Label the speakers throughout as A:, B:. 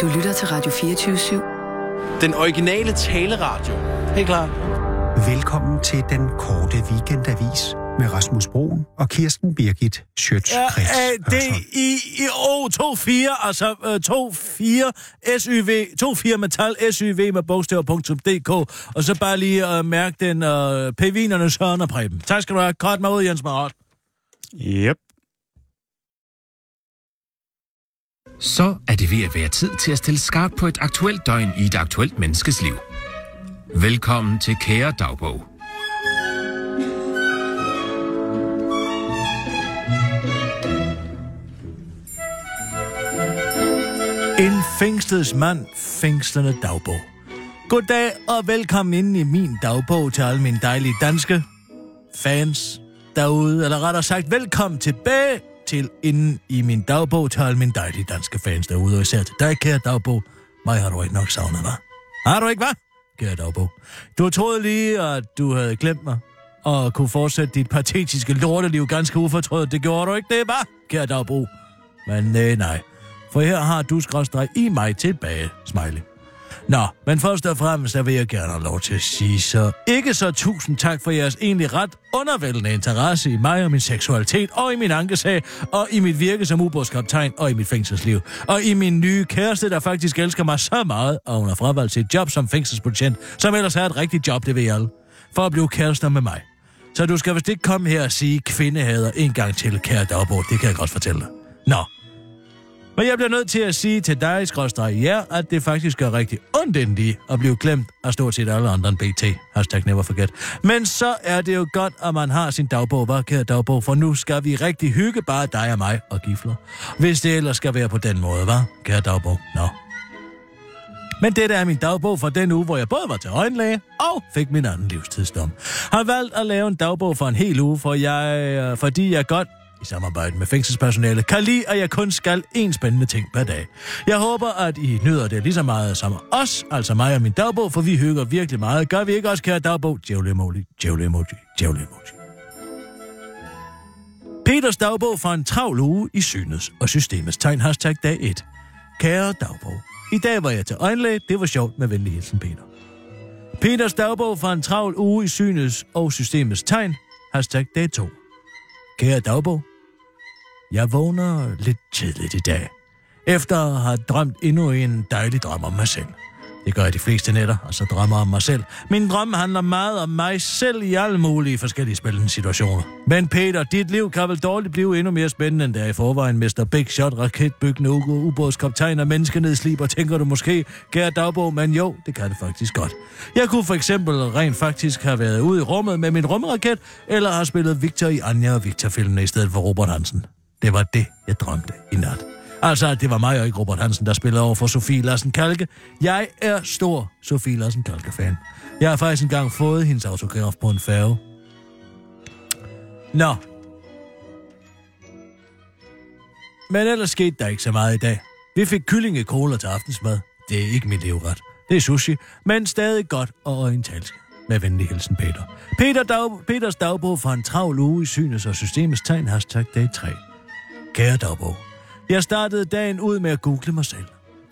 A: Du lytter til Radio 24
B: Den originale taleradio. Helt klar.
C: Velkommen til den korte weekendavis med Rasmus Broen og Kirsten Birgit Schøtz-Krets. altså.
D: R-A-D-I-O-24, altså øh, 24 SYV, 24 metal SYV med bogstaver.dk, og så bare lige øh, mærk den øh, pvinerne Søren og Preben. Tak skal du have. Kort mig ud, Jens Marat.
E: Yep.
F: Så er det ved at være tid til at stille skarpt på et aktuelt døgn i et aktuelt menneskes liv. Velkommen til Kære Dagbog.
D: En fængslets mand, fængslende dagbog. Goddag og velkommen ind i min dagbog til alle mine dejlige danske fans derude, eller rettere sagt, velkommen tilbage til inden i min dagbog til alle mine dejlige danske fans derude, og især til dig, kære dagbog. Mig har du ikke nok savnet, hva'? Har du ikke, hva'? Kære dagbog. Du troede lige, at du havde glemt mig, og kunne fortsætte dit patetiske lorteliv ganske ufortrødet. Det gjorde du ikke, det var, kære dagbog. Men nej, nej. For her har du skrådstræk i mig tilbage, smiley. Nå, men først og fremmest, så vil jeg gerne have lov til at sige så ikke så tusind tak for jeres egentlig ret undervældende interesse i mig og min seksualitet, og i min ankesag, og i mit virke som ubådskaptajn, og i mit fængselsliv, og i min nye kæreste, der faktisk elsker mig så meget, og hun har fravalgt sit job som fængselsbetjent, som ellers er et rigtigt job, det ved jeg alle, for at blive kærester med mig. Så du skal vist ikke komme her og sige kvindehader en gang til, kære dagbog, det kan jeg godt fortælle dig. Nå, men jeg bliver nødt til at sige til dig, skrådstræk jer, at det faktisk gør rigtig ondt endelig at blive glemt af stort set alle andre end BT. Hashtag never forget. Men så er det jo godt, at man har sin dagbog, var kære dagbog, for nu skal vi rigtig hygge bare dig og mig og gifler. Hvis det ellers skal være på den måde, var kære dagbog. Nå. No. Men dette er min dagbog for den uge, hvor jeg både var til øjenlæge og fik min anden livstidsdom. Har valgt at lave en dagbog for en hel uge, for jeg, øh, fordi jeg godt i samarbejde med fængselspersonale, kan lide, at jeg kun skal én spændende ting per dag. Jeg håber, at I nyder det lige så meget som os, altså mig og min dagbog, for vi hygger virkelig meget. Gør vi ikke også, kære dagbog? Djævle emoji, djævle emoji, djævle emoji. Peters dagbog fra en travl uge i synets og systemets tegn. Hashtag dag 1. Kære dagbog. I dag var jeg til øjenlæge. Det var sjovt med venlig hilsen, Peter. Peters dagbog fra en travl uge i synets og systemets tegn. Hashtag dag 2. Kære dagbog. Jeg vågner lidt tidligt i dag, efter at have drømt endnu en dejlig drøm om mig selv. Det gør jeg de fleste nætter, og så drømmer jeg om mig selv. Min drøm handler meget om mig selv i alle mulige forskellige spændende situationer. Men Peter, dit liv kan vel dårligt blive endnu mere spændende end der i forvejen, Mr. Big Shot, raketbyggende uge, ubådskaptajn og menneskenedsliber, tænker du måske, kære dagbog, men jo, det kan det faktisk godt. Jeg kunne for eksempel rent faktisk have været ude i rummet med min rumraket, eller har spillet Victor i Anja og Victor-filmene i stedet for Robert Hansen. Det var det, jeg drømte i nat. Altså, at det var mig og ikke Robert Hansen, der spillede over for Sofie Larsen Kalke. Jeg er stor Sofie Larsen Kalke-fan. Jeg har faktisk engang fået hendes autograf på en færge. Nå. Men ellers skete der ikke så meget i dag. Vi fik kyllingekoler til aftensmad. Det er ikke min leveret. Det er sushi, men stadig godt og orientalsk. Med venlig hilsen, Peter. Peter Dag- Peters dagbog fra en travl uge i synes og systemets tegn, hashtag dag 3. Kære dagbog. Jeg startede dagen ud med at google mig selv.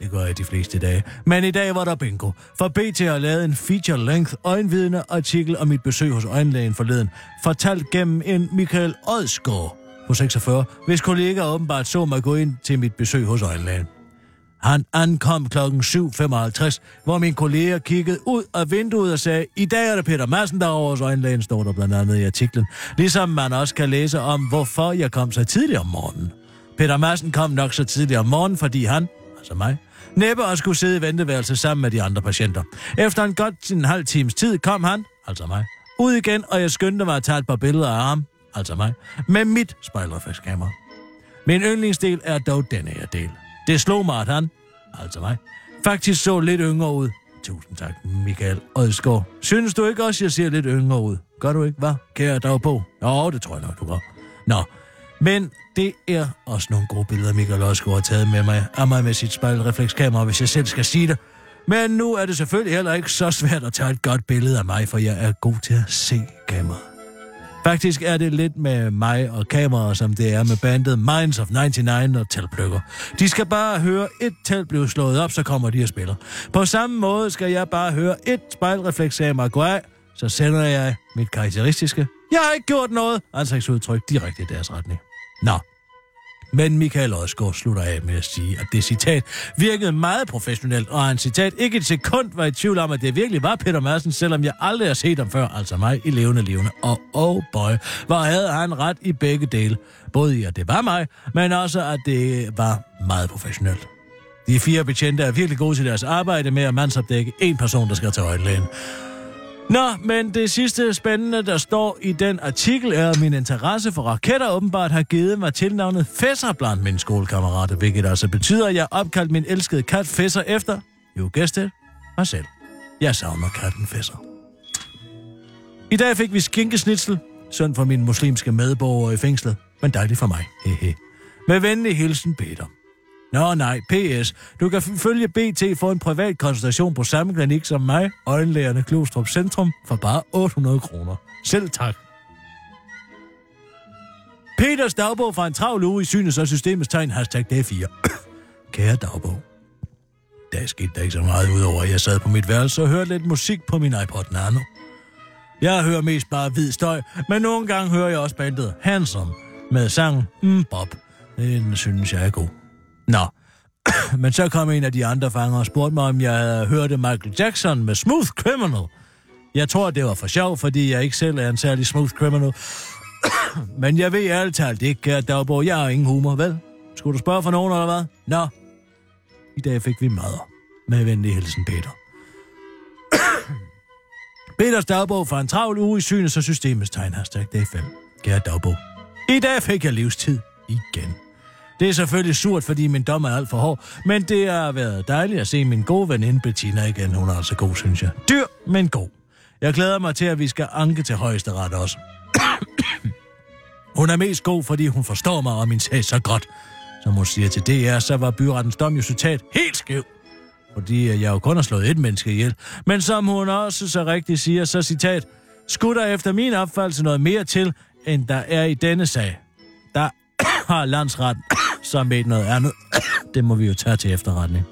D: Det gør jeg de fleste dage. Men i dag var der bingo. For BT har lavet en feature-length øjenvidne-artikel om mit besøg hos øjenlægen forleden, fortalt gennem en Michael Odsgaard på 46, hvis kollegaer åbenbart så mig gå ind til mit besøg hos øjenlægen. Han ankom kl. 7.55, hvor min kollega kiggede ud af vinduet og sagde, i dag er det Peter Madsen derovre hos øjenlægen, står der blandt andet i artiklen. Ligesom man også kan læse om, hvorfor jeg kom så tidligt om morgenen. Peter Madsen kom nok så tidligt om morgenen, fordi han, altså mig, næppe og skulle sidde i venteværelset sammen med de andre patienter. Efter en godt en halv times tid kom han, altså mig, ud igen, og jeg skyndte mig at tage et par billeder af ham, altså mig, med mit spejlerfaskamera. Min yndlingsdel er dog denne her del. Det slog mig, at han, altså mig, faktisk så lidt yngre ud. Tusind tak, Michael Odskov. Synes du ikke også, jeg ser lidt yngre ud? Gør du ikke, hvad? Kære dag på. Nå, det tror jeg nok, du gør. Nå, men det er også nogle gode billeder, Michael Odskov har taget med mig, af mig med sit spejlreflekskamera, hvis jeg selv skal sige det. Men nu er det selvfølgelig heller ikke så svært at tage et godt billede af mig, for jeg er god til at se kameraet. Faktisk er det lidt med mig og kameraer, som det er med bandet Minds of 99 og Teltpløkker. De skal bare høre et telt blive slået op, så kommer de og spiller. På samme måde skal jeg bare høre et spejlrefleks af mig gå af, så sender jeg mit karakteristiske. Jeg har ikke gjort noget, ansigtsudtryk direkte i deres retning. Nå, men Michael Odgaard slutter af med at sige, at det citat virkede meget professionelt, og han citat ikke et sekund var i tvivl om, at det virkelig var Peter Madsen, selvom jeg aldrig har set ham før, altså mig i levende levende. Og oh boy, hvor havde han ret i begge dele. Både i, at det var mig, men også, at det var meget professionelt. De fire betjente er virkelig gode til deres arbejde med at mandsopdække en person, der skal til øjenlægen. Nå, men det sidste spændende, der står i den artikel, er, at min interesse for raketter åbenbart har givet mig tilnavnet Fæsser blandt mine skolekammerater, hvilket altså betyder, at jeg har opkaldt min elskede kat Fæsser efter, jo gæst det, mig selv. Jeg savner katten Fæsser. I dag fik vi skinkesnitsel, synd for mine muslimske medborgere i fængslet, men dejligt for mig, hehe. Med venlig hilsen, Peter. Nå nej, PS. Du kan f- følge BT for en privat konsultation på samme klinik som mig, øjenlægerne Klostrup Centrum, for bare 800 kroner. Selv tak. Peters dagbog fra en travl uge i synes og systemets tegn, hashtag dag 4. Kære dagbog. Der skete der ikke så meget, udover at jeg sad på mit værelse og hørte lidt musik på min iPod Nano. Jeg hører mest bare hvid støj, men nogle gange hører jeg også bandet Handsome med sangen mm, Bob. Den synes jeg er god. Nå, men så kom en af de andre fanger og spurgte mig, om jeg havde hørt Michael Jackson med Smooth Criminal. Jeg tror, det var for sjov, fordi jeg ikke selv er en særlig smooth criminal. men jeg ved ærligt talt ikke, kære Dagborg, jeg har ingen humor, vel? Skulle du spørge for nogen, eller hvad? Nå. I dag fik vi madder. Med venlig hilsen, Peter. Peters dagbog fra en travl uge i synes og systemets tegn. Hashtag dag 5. Kære dagbog. I dag fik jeg livstid igen. Det er selvfølgelig surt, fordi min dom er alt for hård, men det har været dejligt at se min gode veninde Bettina igen. Hun er altså god, synes jeg. Dyr, men god. Jeg glæder mig til, at vi skal anke til højesteret også. hun er mest god, fordi hun forstår mig og min sag så godt. Som hun siger til DR, så var byrettens dom jo citat helt skæv. Fordi øh, jeg jo kun har slået et menneske ihjel. Men som hun også så rigtigt siger, så citat, skulle der efter min opfattelse noget mere til, end der er i denne sag. Der har landsret så med noget andet. Det må vi jo tage til efterretning.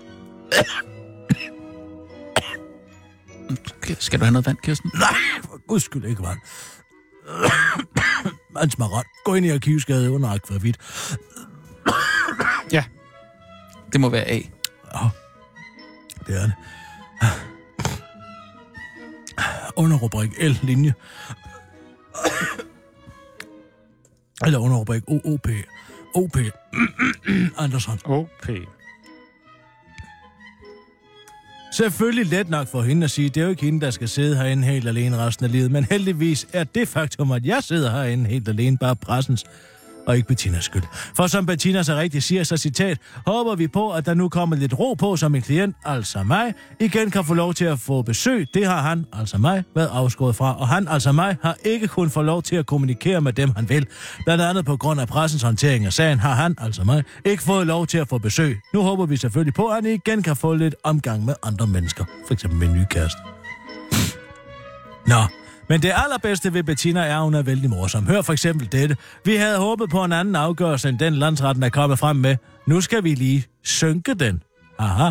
E: Skal du have noget vand, Kirsten?
D: For guds skyld ikke vand. Mans marot. Gå ind i arkivskade under akvavit.
E: Ja. Det må være A.
D: Det er det. Under rubrik L-linje. Eller under rubrik OOP. OP. Andersson.
E: OP.
D: Selvfølgelig let nok for hende at sige, det er jo ikke hende, der skal sidde herinde helt alene resten af livet, men heldigvis er det faktum, at jeg sidder herinde helt alene, bare pressens og ikke Bettinas skyld. For som Bettina så rigtigt siger, så citat, håber vi på, at der nu kommer lidt ro på, så min klient, altså mig, igen kan få lov til at få besøg. Det har han, altså mig, været afskåret fra, og han, altså mig, har ikke kun få lov til at kommunikere med dem, han vil. Blandt andet på grund af pressens håndtering af sagen, har han, altså mig, ikke fået lov til at få besøg. Nu håber vi selvfølgelig på, at han igen kan få lidt omgang med andre mennesker, f.eks. med en ny kæreste. Nå, men det allerbedste ved Bettina er, at hun er vældig morsom. Hør for eksempel dette. Vi havde håbet på en anden afgørelse, end den landsretten er kommet frem med. Nu skal vi lige synke den. Aha.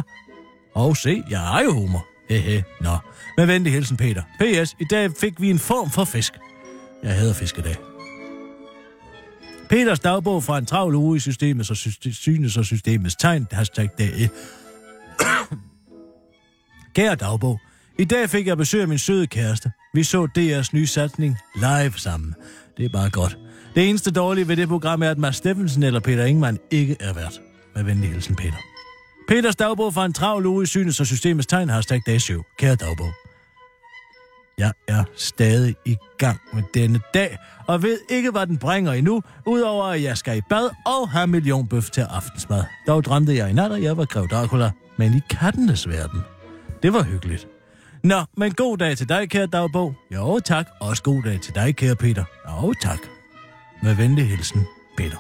D: Og se, jeg har jo humor. Hehe, nå. Med venlig hilsen, Peter. P.S. I dag fik vi en form for fisk. Jeg hader fiskedag. Peters dagbog fra en travl uge i systemet, så syste, synes og systemets tegn, hashtag dag 1. Kære dagbog, i dag fik jeg besøg af min søde kæreste. Vi så DR's nye satsning live sammen. Det er bare godt. Det eneste dårlige ved det program er, at Mads Steffensen eller Peter Ingemann ikke er vært. Med venlig hilsen, Peter. Peters dagbog fra en travl uge i synes og systemets tegn, hashtag dag 7. Kære dagbog. Jeg er stadig i gang med denne dag, og ved ikke, hvad den bringer endnu, udover at jeg skal i bad og have millionbøf til aftensmad. Dog drømte jeg i nat, at jeg var grev Dracula, men i kattenes verden. Det var hyggeligt. Nå, men god dag til dig, kære dagbog. Jo, tak. Også god dag til dig, kære Peter. Jo, tak. Med venlig hilsen, Peter.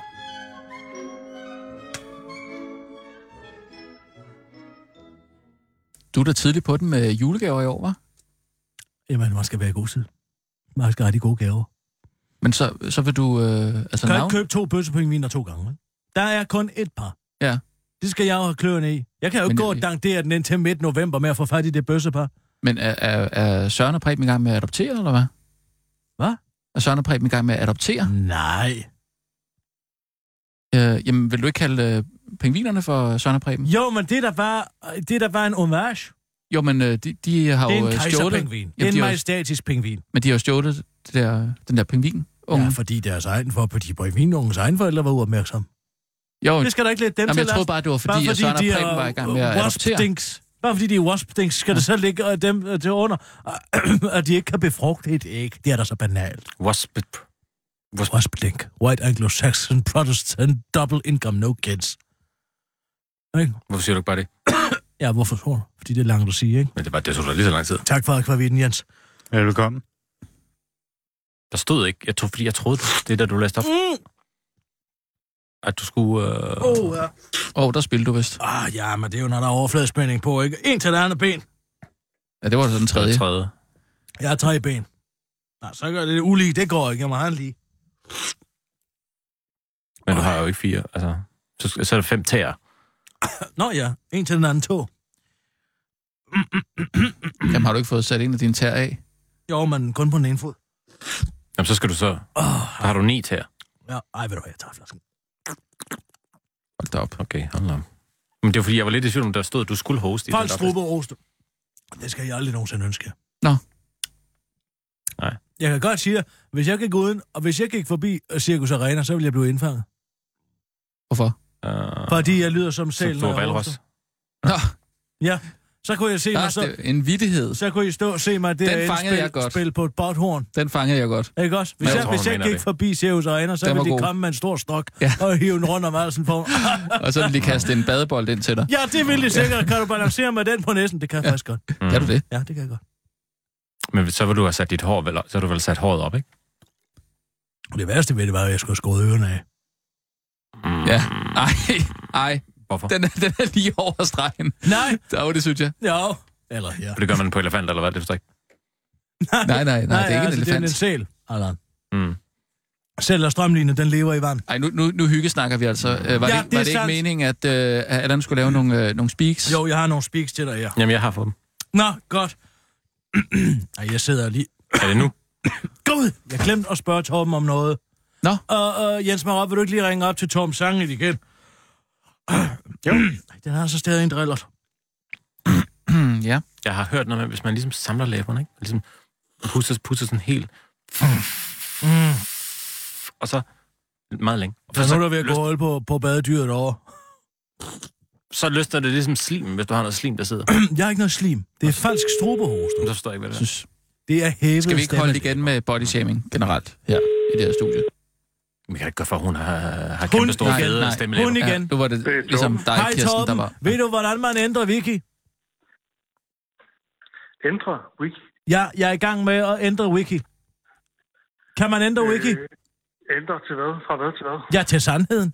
E: Du er da tidligt på den med julegaver i år, var?
D: Jamen, man skal være i god tid. Man skal have de gode gaver.
E: Men så, så vil du... Øh, altså
D: Kan jeg
E: navn?
D: ikke købe to bøssepingviner to gange, vel? Der er kun et par.
E: Ja.
D: Det skal jeg jo have kløerne i. Jeg kan jo ikke
E: Men
D: gå
E: jeg-
D: og dankere den indtil midt november med at få fat i det bøssepar.
E: Men er, er, er Søren og Preben i gang med at adoptere, eller hvad?
D: Hvad?
E: Er Søren og Preben i gang med at adoptere?
D: Nej.
E: Øh, jamen, vil du ikke kalde øh, pingvinerne for Søren og Preben?
D: Jo, men det der var, det der var en homage.
E: Jo, men øh, de, de har
D: Det er
E: jo
D: en
E: øh, stjålet...
D: kejserpingvin. Det er en
E: Jamen, de har jo-
D: majestatisk pingvin.
E: Men de har jo stjålet det der, den der pingvin.
D: Ja,
E: Ja, for...
D: fordi deres egen, for de pingvinungens egen forældre var uopmærksomme.
E: Jo,
D: Det skal der ikke lidt dem
E: jamen,
D: til,
E: jeg troede
D: Lars.
E: bare, det var fordi, at Søren og Preben var i gang med at adoptere.
D: wasp-stinks. Bare fordi de er wasp-stinks, skal det så ligge øh, dem øh, til under, at de ikke kan befrugte et æg. Det er da så banalt.
G: Wasp.
D: Wasp-stink. White Anglo-Saxon Protestant Double Income No Kids. Ikke?
G: Hvorfor siger du ikke bare det?
D: Ja, hvorfor tror du? Fordi det er langt at sige, ikke?
G: Men det, var, det tog da lige så lang tid.
D: Tak for akvavitten, Jens.
H: Velkommen.
G: Der stod ikke. Jeg tog, fordi jeg troede, det der, du læste op,
D: Mm.
G: at du skulle... Øh...
D: Oh, ja.
E: Åh, oh, der spillede du vist.
D: Ah, ja, men det er jo, når der er overfladespænding på, ikke? En til det andet ben.
E: Ja, det var så den tredje.
G: tredje.
D: Jeg har tre ben. Nej, så gør det det ulige. Det går ikke. Jeg må have en lige.
G: Men du har jo ikke fire. Altså, så, skal- så er der fem tæer.
D: Nå ja, en til den anden to.
E: Jamen, har du ikke fået sat en af dine tær af?
D: Jo, men kun på den ene fod.
G: Jamen, så skal du så...
D: Oh,
G: Der har du ni tæer.
D: ja. Ej, ved du hvad, jeg tager flasken.
E: Hold da op.
G: Okay, hold da op. Men det var fordi, jeg var lidt i tvivl om, der stod, at du skulle hoste. i den
D: Folk
G: der-
D: strube og roste. Det skal jeg aldrig nogensinde ønske.
E: Nå.
G: Nej.
D: Jeg kan godt sige dig, hvis jeg gik uden, og hvis jeg gik forbi øh, Cirkus Arena, så ville jeg blive indfanget.
E: Hvorfor?
G: Øh,
D: Fordi jeg lyder som selv,
G: så du var valros.
E: Nå,
D: Ja, så kunne jeg se
E: der,
D: mig så...
E: det er en vittighed.
D: Så kunne I stå og se mig det
E: fangede jeg
D: spil,
E: godt.
D: spil på et botthorn.
E: Den fangede jeg godt.
D: Ikke også? Hvis
G: Men
D: jeg,
G: jeg tror,
D: hvis
G: hun
D: jeg
G: mener
D: gik
G: det.
D: forbi Seus Arena, så
E: Den var
D: ville de
E: god.
D: komme med en stor stok
E: Ja.
D: og hive den rundt om halsen på mig.
E: Og så ville de kaste en badebold ind til dig.
D: Ja, det ville de sikkert. Kan du balancere med den på næsen? Det kan jeg faktisk godt.
G: Mm.
E: Kan du det?
D: Ja, det kan jeg godt.
G: Men så vil du have sat dit hår, vel- så har du vel sat håret op, ikke?
D: Og det værste ved det var, at jeg skulle have skåret ørerne af.
G: Mm.
E: Ja. Ej, ej.
G: Hvorfor?
E: Den er, den er lige over stregen.
D: Nej,
E: Der var det, synes jeg.
D: jo. Eller ja.
G: For det gør man på elefant, eller hvad? Det forstår jeg ikke.
E: Nej, nej, nej, det er ikke en
D: altså,
E: elefant.
D: Det er en sæl. Allan.
G: Mm.
D: Sæl og strømline, den lever i vand.
E: Ej, nu, nu, nu hyggesnakker vi altså. Øh, var,
D: Ja,
E: ja,
D: det er
E: det, det var det ikke
D: sandt.
E: meningen, at øh, at Allan skulle lave nogle, øh, nogle speaks?
D: Jo, jeg har nogle speaks til dig her.
G: Jamen, jeg har fået dem.
D: Nå, godt. Ej, jeg sidder lige
G: Er det nu?
D: Gud, jeg glemte at spørge Torben om noget.
E: Nå.
D: Og øh, Jens Marop, vil du ikke lige ringe op til Tom Sangen igen? jo. Den har så stadig en drillert.
E: Hmm, ja.
G: Jeg har hørt noget med, hvis man ligesom samler læberne, ikke? Ligesom pusser, pusser sådan helt... Og så meget længe. Og
D: Så nu er der ved at
G: lyst,
D: gå hul på, på badedyret over.
G: så løsner det ligesom slim, hvis du har noget slim, der sidder.
D: Jeg har ikke noget slim. Det er falsk
G: Men
D: strobehoste.
G: så forstår jeg ikke, hvad det er.
E: Synes,
D: Det er hævet
E: skal vi ikke holde
D: stemme.
E: igen med body shaming generelt her i det her studie?
G: Men jeg kan da ikke gøre for, at hun har, har
D: Hun-
G: kæmpe store
E: nej,
G: fede
E: nej.
G: stemme.
D: Hun igen.
E: Ja, nu var det ligesom dig,
D: Hej
E: Kirsten, der
D: Torben,
E: var...
D: ved du, hvordan man ændrer wiki?
I: Ændre wiki.
D: Ja, jeg er i gang med at ændre wiki. Kan man ændre wiki?
I: Øh, ændre til hvad? Fra hvad til hvad?
D: Ja, til sandheden.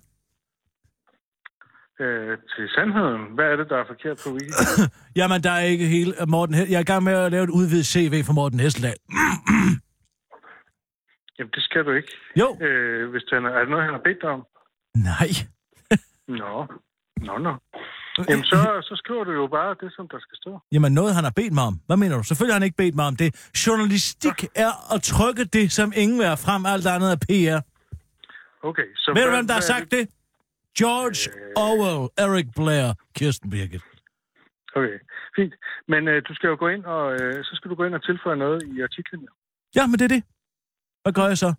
I: Øh, til sandheden. Hvad er det, der er forkert på wiki?
D: Jamen, der er ikke hele Morten He- Jeg er i gang med at lave et udvidet CV for Morten Hesseland.
I: Jamen, det skal du ikke.
D: Jo.
I: Øh, hvis han er, er det noget, han har bedt dig om?
D: Nej.
I: Nå. Nå, nå. Jamen, så, så skriver du jo bare det, som der skal stå.
D: Jamen noget, han har bedt mig om. Hvad mener du? Selvfølgelig har han ikke bedt mig om det. Journalistik er at trykke det, som ingen vil have frem. Alt andet er PR.
I: Okay, så...
D: Ved du,
I: hvad-
D: hvem der har
I: hvad er Øh.
D: sagt det? George Orwell, Eric Blair, Kirsten Birgit.
I: Okay, fint. Men øh, du skal jo gå ind og... Øh, så skal du gå ind og tilføje noget i artiklen.
D: Ja, men det er det. Hvad gør jeg så?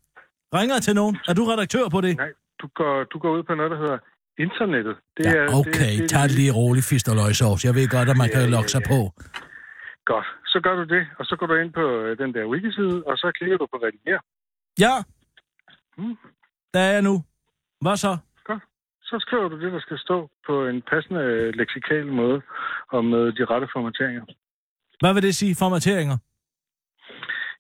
D: Ringer jeg til nogen? Er du redaktør på det?
I: Nej, du går, du går ud på noget, der hedder internettet. Det er,
D: Ja, okay. Tag det lige roligt, fisterløgsovs. Jeg ved godt, at man
I: Ja,
D: kan
I: ja,
D: lokke sig
I: ja.
D: på.
I: Godt. Så gør du det, og så går du ind på øh, den der wiki-side, og så klikker du på rediger.
D: Ja.
I: Mm.
D: Der er jeg nu. Hvad så?
I: så skriver du det, der skal stå på en passende øh, leksikal måde og med de rette formateringer.
D: Hvad vil det sige? Formateringer?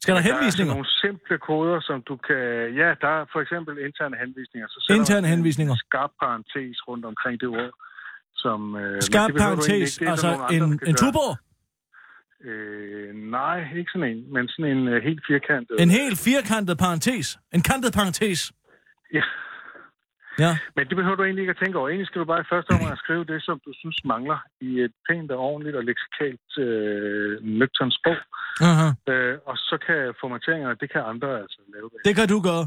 D: Skal der
I: Der er altså
D: henvisninger?
I: nogle simple koder, som du kan... Ja, der er for eksempel interne henvisninger. Så sætter
D: Interne
I: man en
D: henvisninger.
I: Skarp parentes rundt omkring det ord, som... Øh, men
D: Skarp
I: det behøver du egentlig
D: parentes,
I: ikke. Det er der
D: altså
I: nogle andre,
D: en,
I: der kan
D: en
I: gøre.
D: tuborg?
I: Øh, nej, ikke sådan en, men sådan en øh, helt firkantet.
D: En helt firkantet parentes. En kantet parentes.
I: Ja.
D: Ja.
I: Men det behøver du egentlig ikke at tænke over. Egentlig skal du bare i første omgang skrive det, som du synes mangler i et pænt og ordentligt og leksikalt øh, nøgternt sprog.
D: Aha.
I: Øh, og så kan formateringerne, det kan andre altså lave.
D: Det kan du gøre.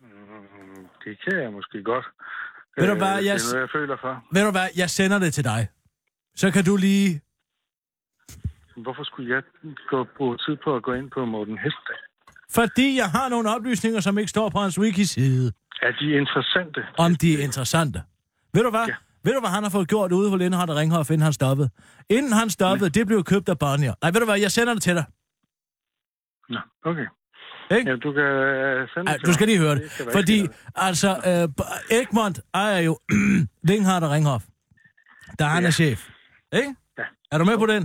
I: Mm, det kan jeg måske godt.
D: Ved du hvad,
I: Øh,
D: jeg
I: Det er noget, jeg føler for.
D: Ved du hvad, jeg sender det til dig. Så kan du lige...
I: Hvorfor skulle jeg gå, bruge tid på at gå ind på Morten Hestdag?
D: Fordi jeg har nogle oplysninger, som ikke står på hans wiki-side,
I: Er de interessante?
D: om de er interessante. Ved du hvad? Ja.
I: Ja.
D: Ved du, hvad han har fået gjort ude på Lindhardt og Ringhof, inden han stoppede? Inden han stoppede, det blev købt af Bonnier. Nej, ved du hvad, jeg sender det til dig.
I: Nå, okay.
D: Ikke?
I: Ja, du kan øh, sende
D: Ej,
I: til
D: du skal
I: mig.
D: lige høre det.
I: skal der
D: Fordi,
I: ikke ske
D: altså, øh, Egmont ejer jo Lindhardt og Ringhof. Der er han
I: Ja.
D: er chef. Ikke?
I: Ja.
D: Er du med på den?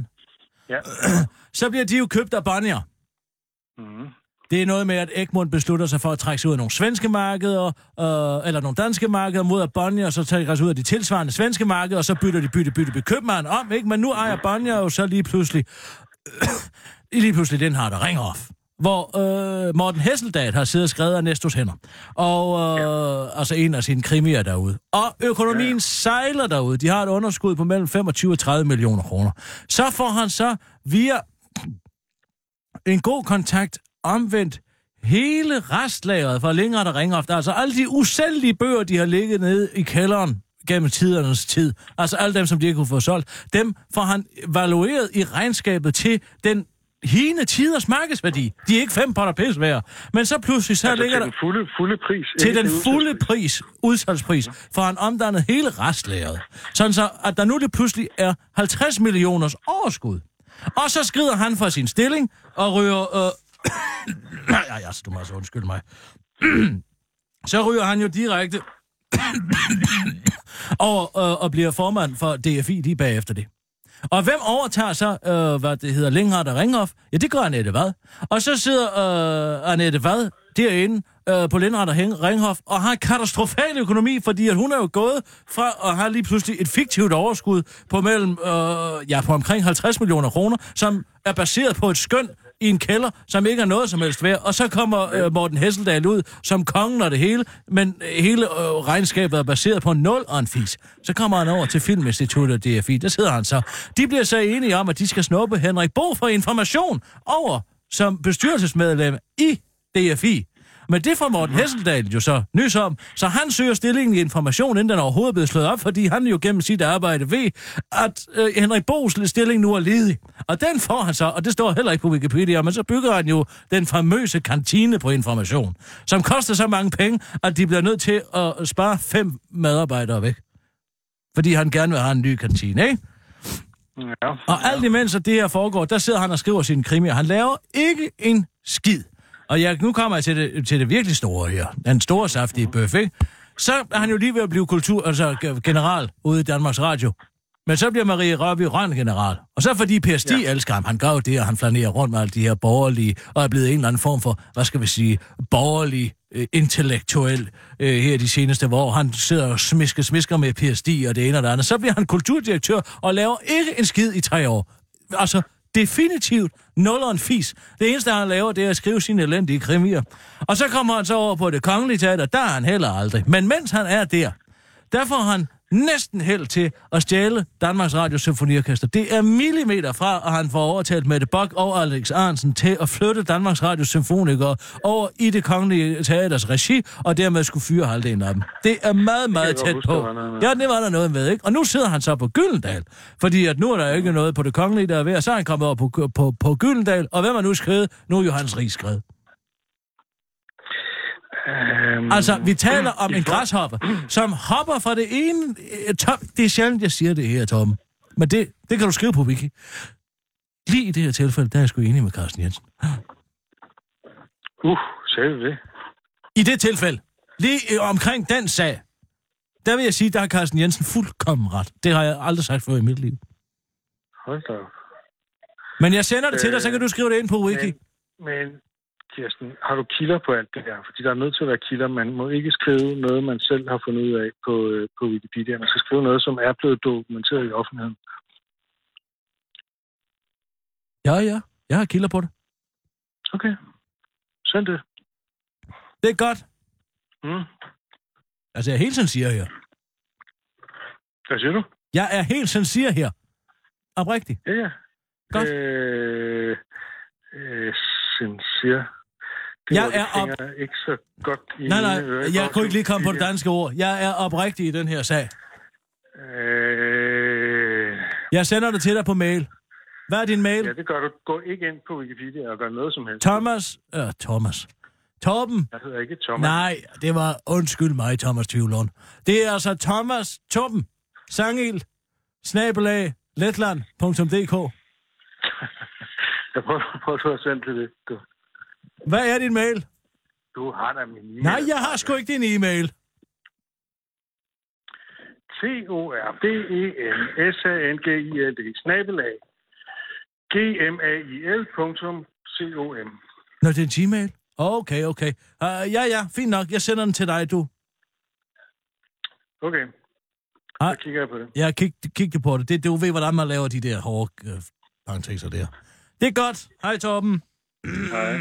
I: noget. Ja.
D: Så bliver de jo købt af Bonnier. Mm-hmm.
I: Mm.
D: Det er noget med, at Egmont beslutter sig for at trække sig ud af nogle svenske markeder, øh, eller nogle danske markeder mod at Bonnier, og så trækker sig ud af de tilsvarende svenske markeder, og så bytter de bytte, bytte, bytte købmanden om, ikke? Men nu ejer Bonnier jo så lige pludselig, lige pludselig den har der Ringhof, hvor øh, Morten Hesseldal har siddet og skrevet Ernestos hænder. Og øh, ja. altså en af sine krimier derude. Og økonomien ja. sejler derude. De har et underskud på mellem 25 og 30 millioner kroner. Så får han så via en god kontakt omvendt hele restlageret fra længere der ringer efter. Altså alle de usælgelige bøger, de har ligget nede i kælderen gennem tidernes tid. Altså alle dem, som de ikke kunne få solgt. Dem får han valueret i regnskabet til den hine tiders markedsværdi. De er ikke fem potter pis værd. Men så pludselig, så
I: Altså,
D: ligger
I: til
D: der
I: den fulde, fulde pris.
D: til
I: ikke
D: den
I: til
D: fulde
I: udsalgspris.
D: pris, udsalgspris, for han omdannede hele restlæret. Sådan så, at der nu lige pludselig er 50 millioners overskud. Og så skrider han fra sin stilling og ryger... Øh... Nej, ej, altså, du må altså undskylde mig. så ryger han jo direkte over øh, og bliver formand for DFI lige bagefter det. Og hvem overtager så, øh, hvad det hedder, Linghardt og Ringhoff? Ja, det gør Annette Vad. Og så sidder øh, Annette Vad derinde øh, på Lindhardt og Hen- Ringhoff og har en katastrofal økonomi, fordi at hun er jo gået fra at have lige pludselig et fiktivt overskud på mellem, øh, ja, på omkring 50 millioner kroner, som er baseret på et skøn i en kælder, som ikke er noget som helst værd. Og så kommer øh, Morten Hesseldal ud som kongen og det hele, men hele øh, regnskabet er baseret på en nul og en fis. Så kommer han over til Filminstituttet og DFI, der sidder han så. De bliver så enige om, at de skal snuppe Henrik Bo for information over som bestyrelsesmedlem i DFI. Men det får Morten Hesseldal jo så nys om, så han søger stillingen i information, inden den overhovedet er blevet slået op, fordi han jo gennem sit arbejde ved, at øh, Henrik Bos stilling nu er ledig. Og den får han så, og det står heller ikke på Wikipedia, men så bygger han jo den famøse kantine på information, som koster så mange penge, at de bliver nødt til at spare fem medarbejdere væk. Fordi han gerne vil have en ny kantine, ikke?
I: Ja.
D: Og alt imens at det her foregår, der sidder han og skriver sine krimier. Han laver ikke en skid. Og jeg, nu kommer jeg til det, til det virkelig store her. Den store saftige bøf, ikke? Så er han jo lige ved at blive kultur, altså g- general ude i Danmarks Radio. Men så bliver Marie Rørby Røn general. Og så fordi Per Stig ja. elsker ham, han gør jo det, og han flanerer rundt med alle de her borgerlige, og er blevet en eller anden form for, hvad skal vi sige, borgerlig øh, intellektuel øh, her de seneste år. Han sidder og smisker, smisker med Per Stig og det ene og det andet. Så bliver han kulturdirektør og laver ikke en skid i tre år. Altså, definitivt nul og en fis. Det eneste, han laver, det er at skrive sine elendige krimier. Og så kommer han så over på det kongelige teater, der er han heller aldrig. Men mens han er der, der får han næsten held til at stjæle Danmarks Radio Symfoniorkester. Det er millimeter fra, at han får overtalt Mette Bock og Alex Arnsen til at flytte Danmarks Radio Symfonikere over i det kongelige teaters regi, og dermed skulle fyre halvdelen af dem. Det er meget, meget
I: jeg godt
D: tæt
I: huske, der
D: på.
I: var noget med.
D: Ja, det var der noget med, ikke? Og nu sidder han så på Gyldendal, fordi at nu er der jo ikke noget på det kongelige, der er ved, og så er han kommet over på, på, på Gyldendal, og hvem er nu skrevet? Nu er Johannes Ries skrevet.
I: Øhm,
D: Altså, vi taler om en græshopper, som hopper fra det ene... øh, Tom, det er sjældent, jeg siger det her, Tom. Men det, det kan du skrive på Wiki. Lige i det her tilfælde, der er jeg sgu enig med Carsten Jensen.
I: Uh, sagde vi det?
D: I det tilfælde, lige øh, omkring den sag, der vil jeg sige, der har Carsten Jensen fuldkommen ret. Det har jeg aldrig sagt før i mit liv.
I: Hold da op.
D: Men jeg sender det til dig, så kan
I: Øh,
D: du skrive det ind på Wiki.
I: Men, men Kirsten, har du kilder på alt det her? Fordi der er nødt til at være kilder. Man må ikke skrive noget, man selv har fundet ud af på, øh, på Wikipedia. Man skal skrive noget, som er blevet dokumenteret i offentligheden.
D: Ja, ja. Jeg har kilder på det.
I: Okay. Send det.
D: Det er godt.
I: Mm.
D: Altså, jeg er helt sincere her.
I: Hvad siger du?
D: Jeg er helt sincere her. Oprigtigt.
I: Ja, ja.
D: Godt.
I: Øh, øh, sincere.
D: Jeg
I: ord, det
D: er op-
I: hænger ikke så godt i
D: Nej,
I: mine ører.
D: nej, jeg
I: går
D: kunne ikke lige komme på det
I: sige,
D: danske ord. Jeg er oprigtig i den her sag.
I: Øh,
D: Jeg sender det til dig på mail. Hvad er din mail?
I: ja, det gør du. Gå ikke ind på Wikipedia og gør noget som helst.
D: Thomas? Øh, Thomas. Torben?
I: Jeg hedder ikke Thomas.
D: Nej, det var undskyld mig, Thomas Tvivlund. Det er altså Thomas Torben Sangel, snabelag, letland.dk.
I: Jeg prøver, prøver at sende til det. Du,
D: Hvad er din mail?
I: du har da min e-mail.
D: Nej, jeg har sgu ikke din e-mail.
I: T-O-R-B-E-N-S-A-N-G-I-L-D. Snabelag. G-M-A-I-L.com.
D: Nå, det er en Gmail. Okay, okay. Uh, ja, ja, fint nok. Jeg sender den til dig, du.
I: Okay.
D: Hej.
I: Så kigger jeg på det.
D: Ja, kig, kig det på det. det. Du ved, hvordan man laver de der hårde øh, parentexer der. Det er godt. Hej, Torben. Mm.
I: Hej.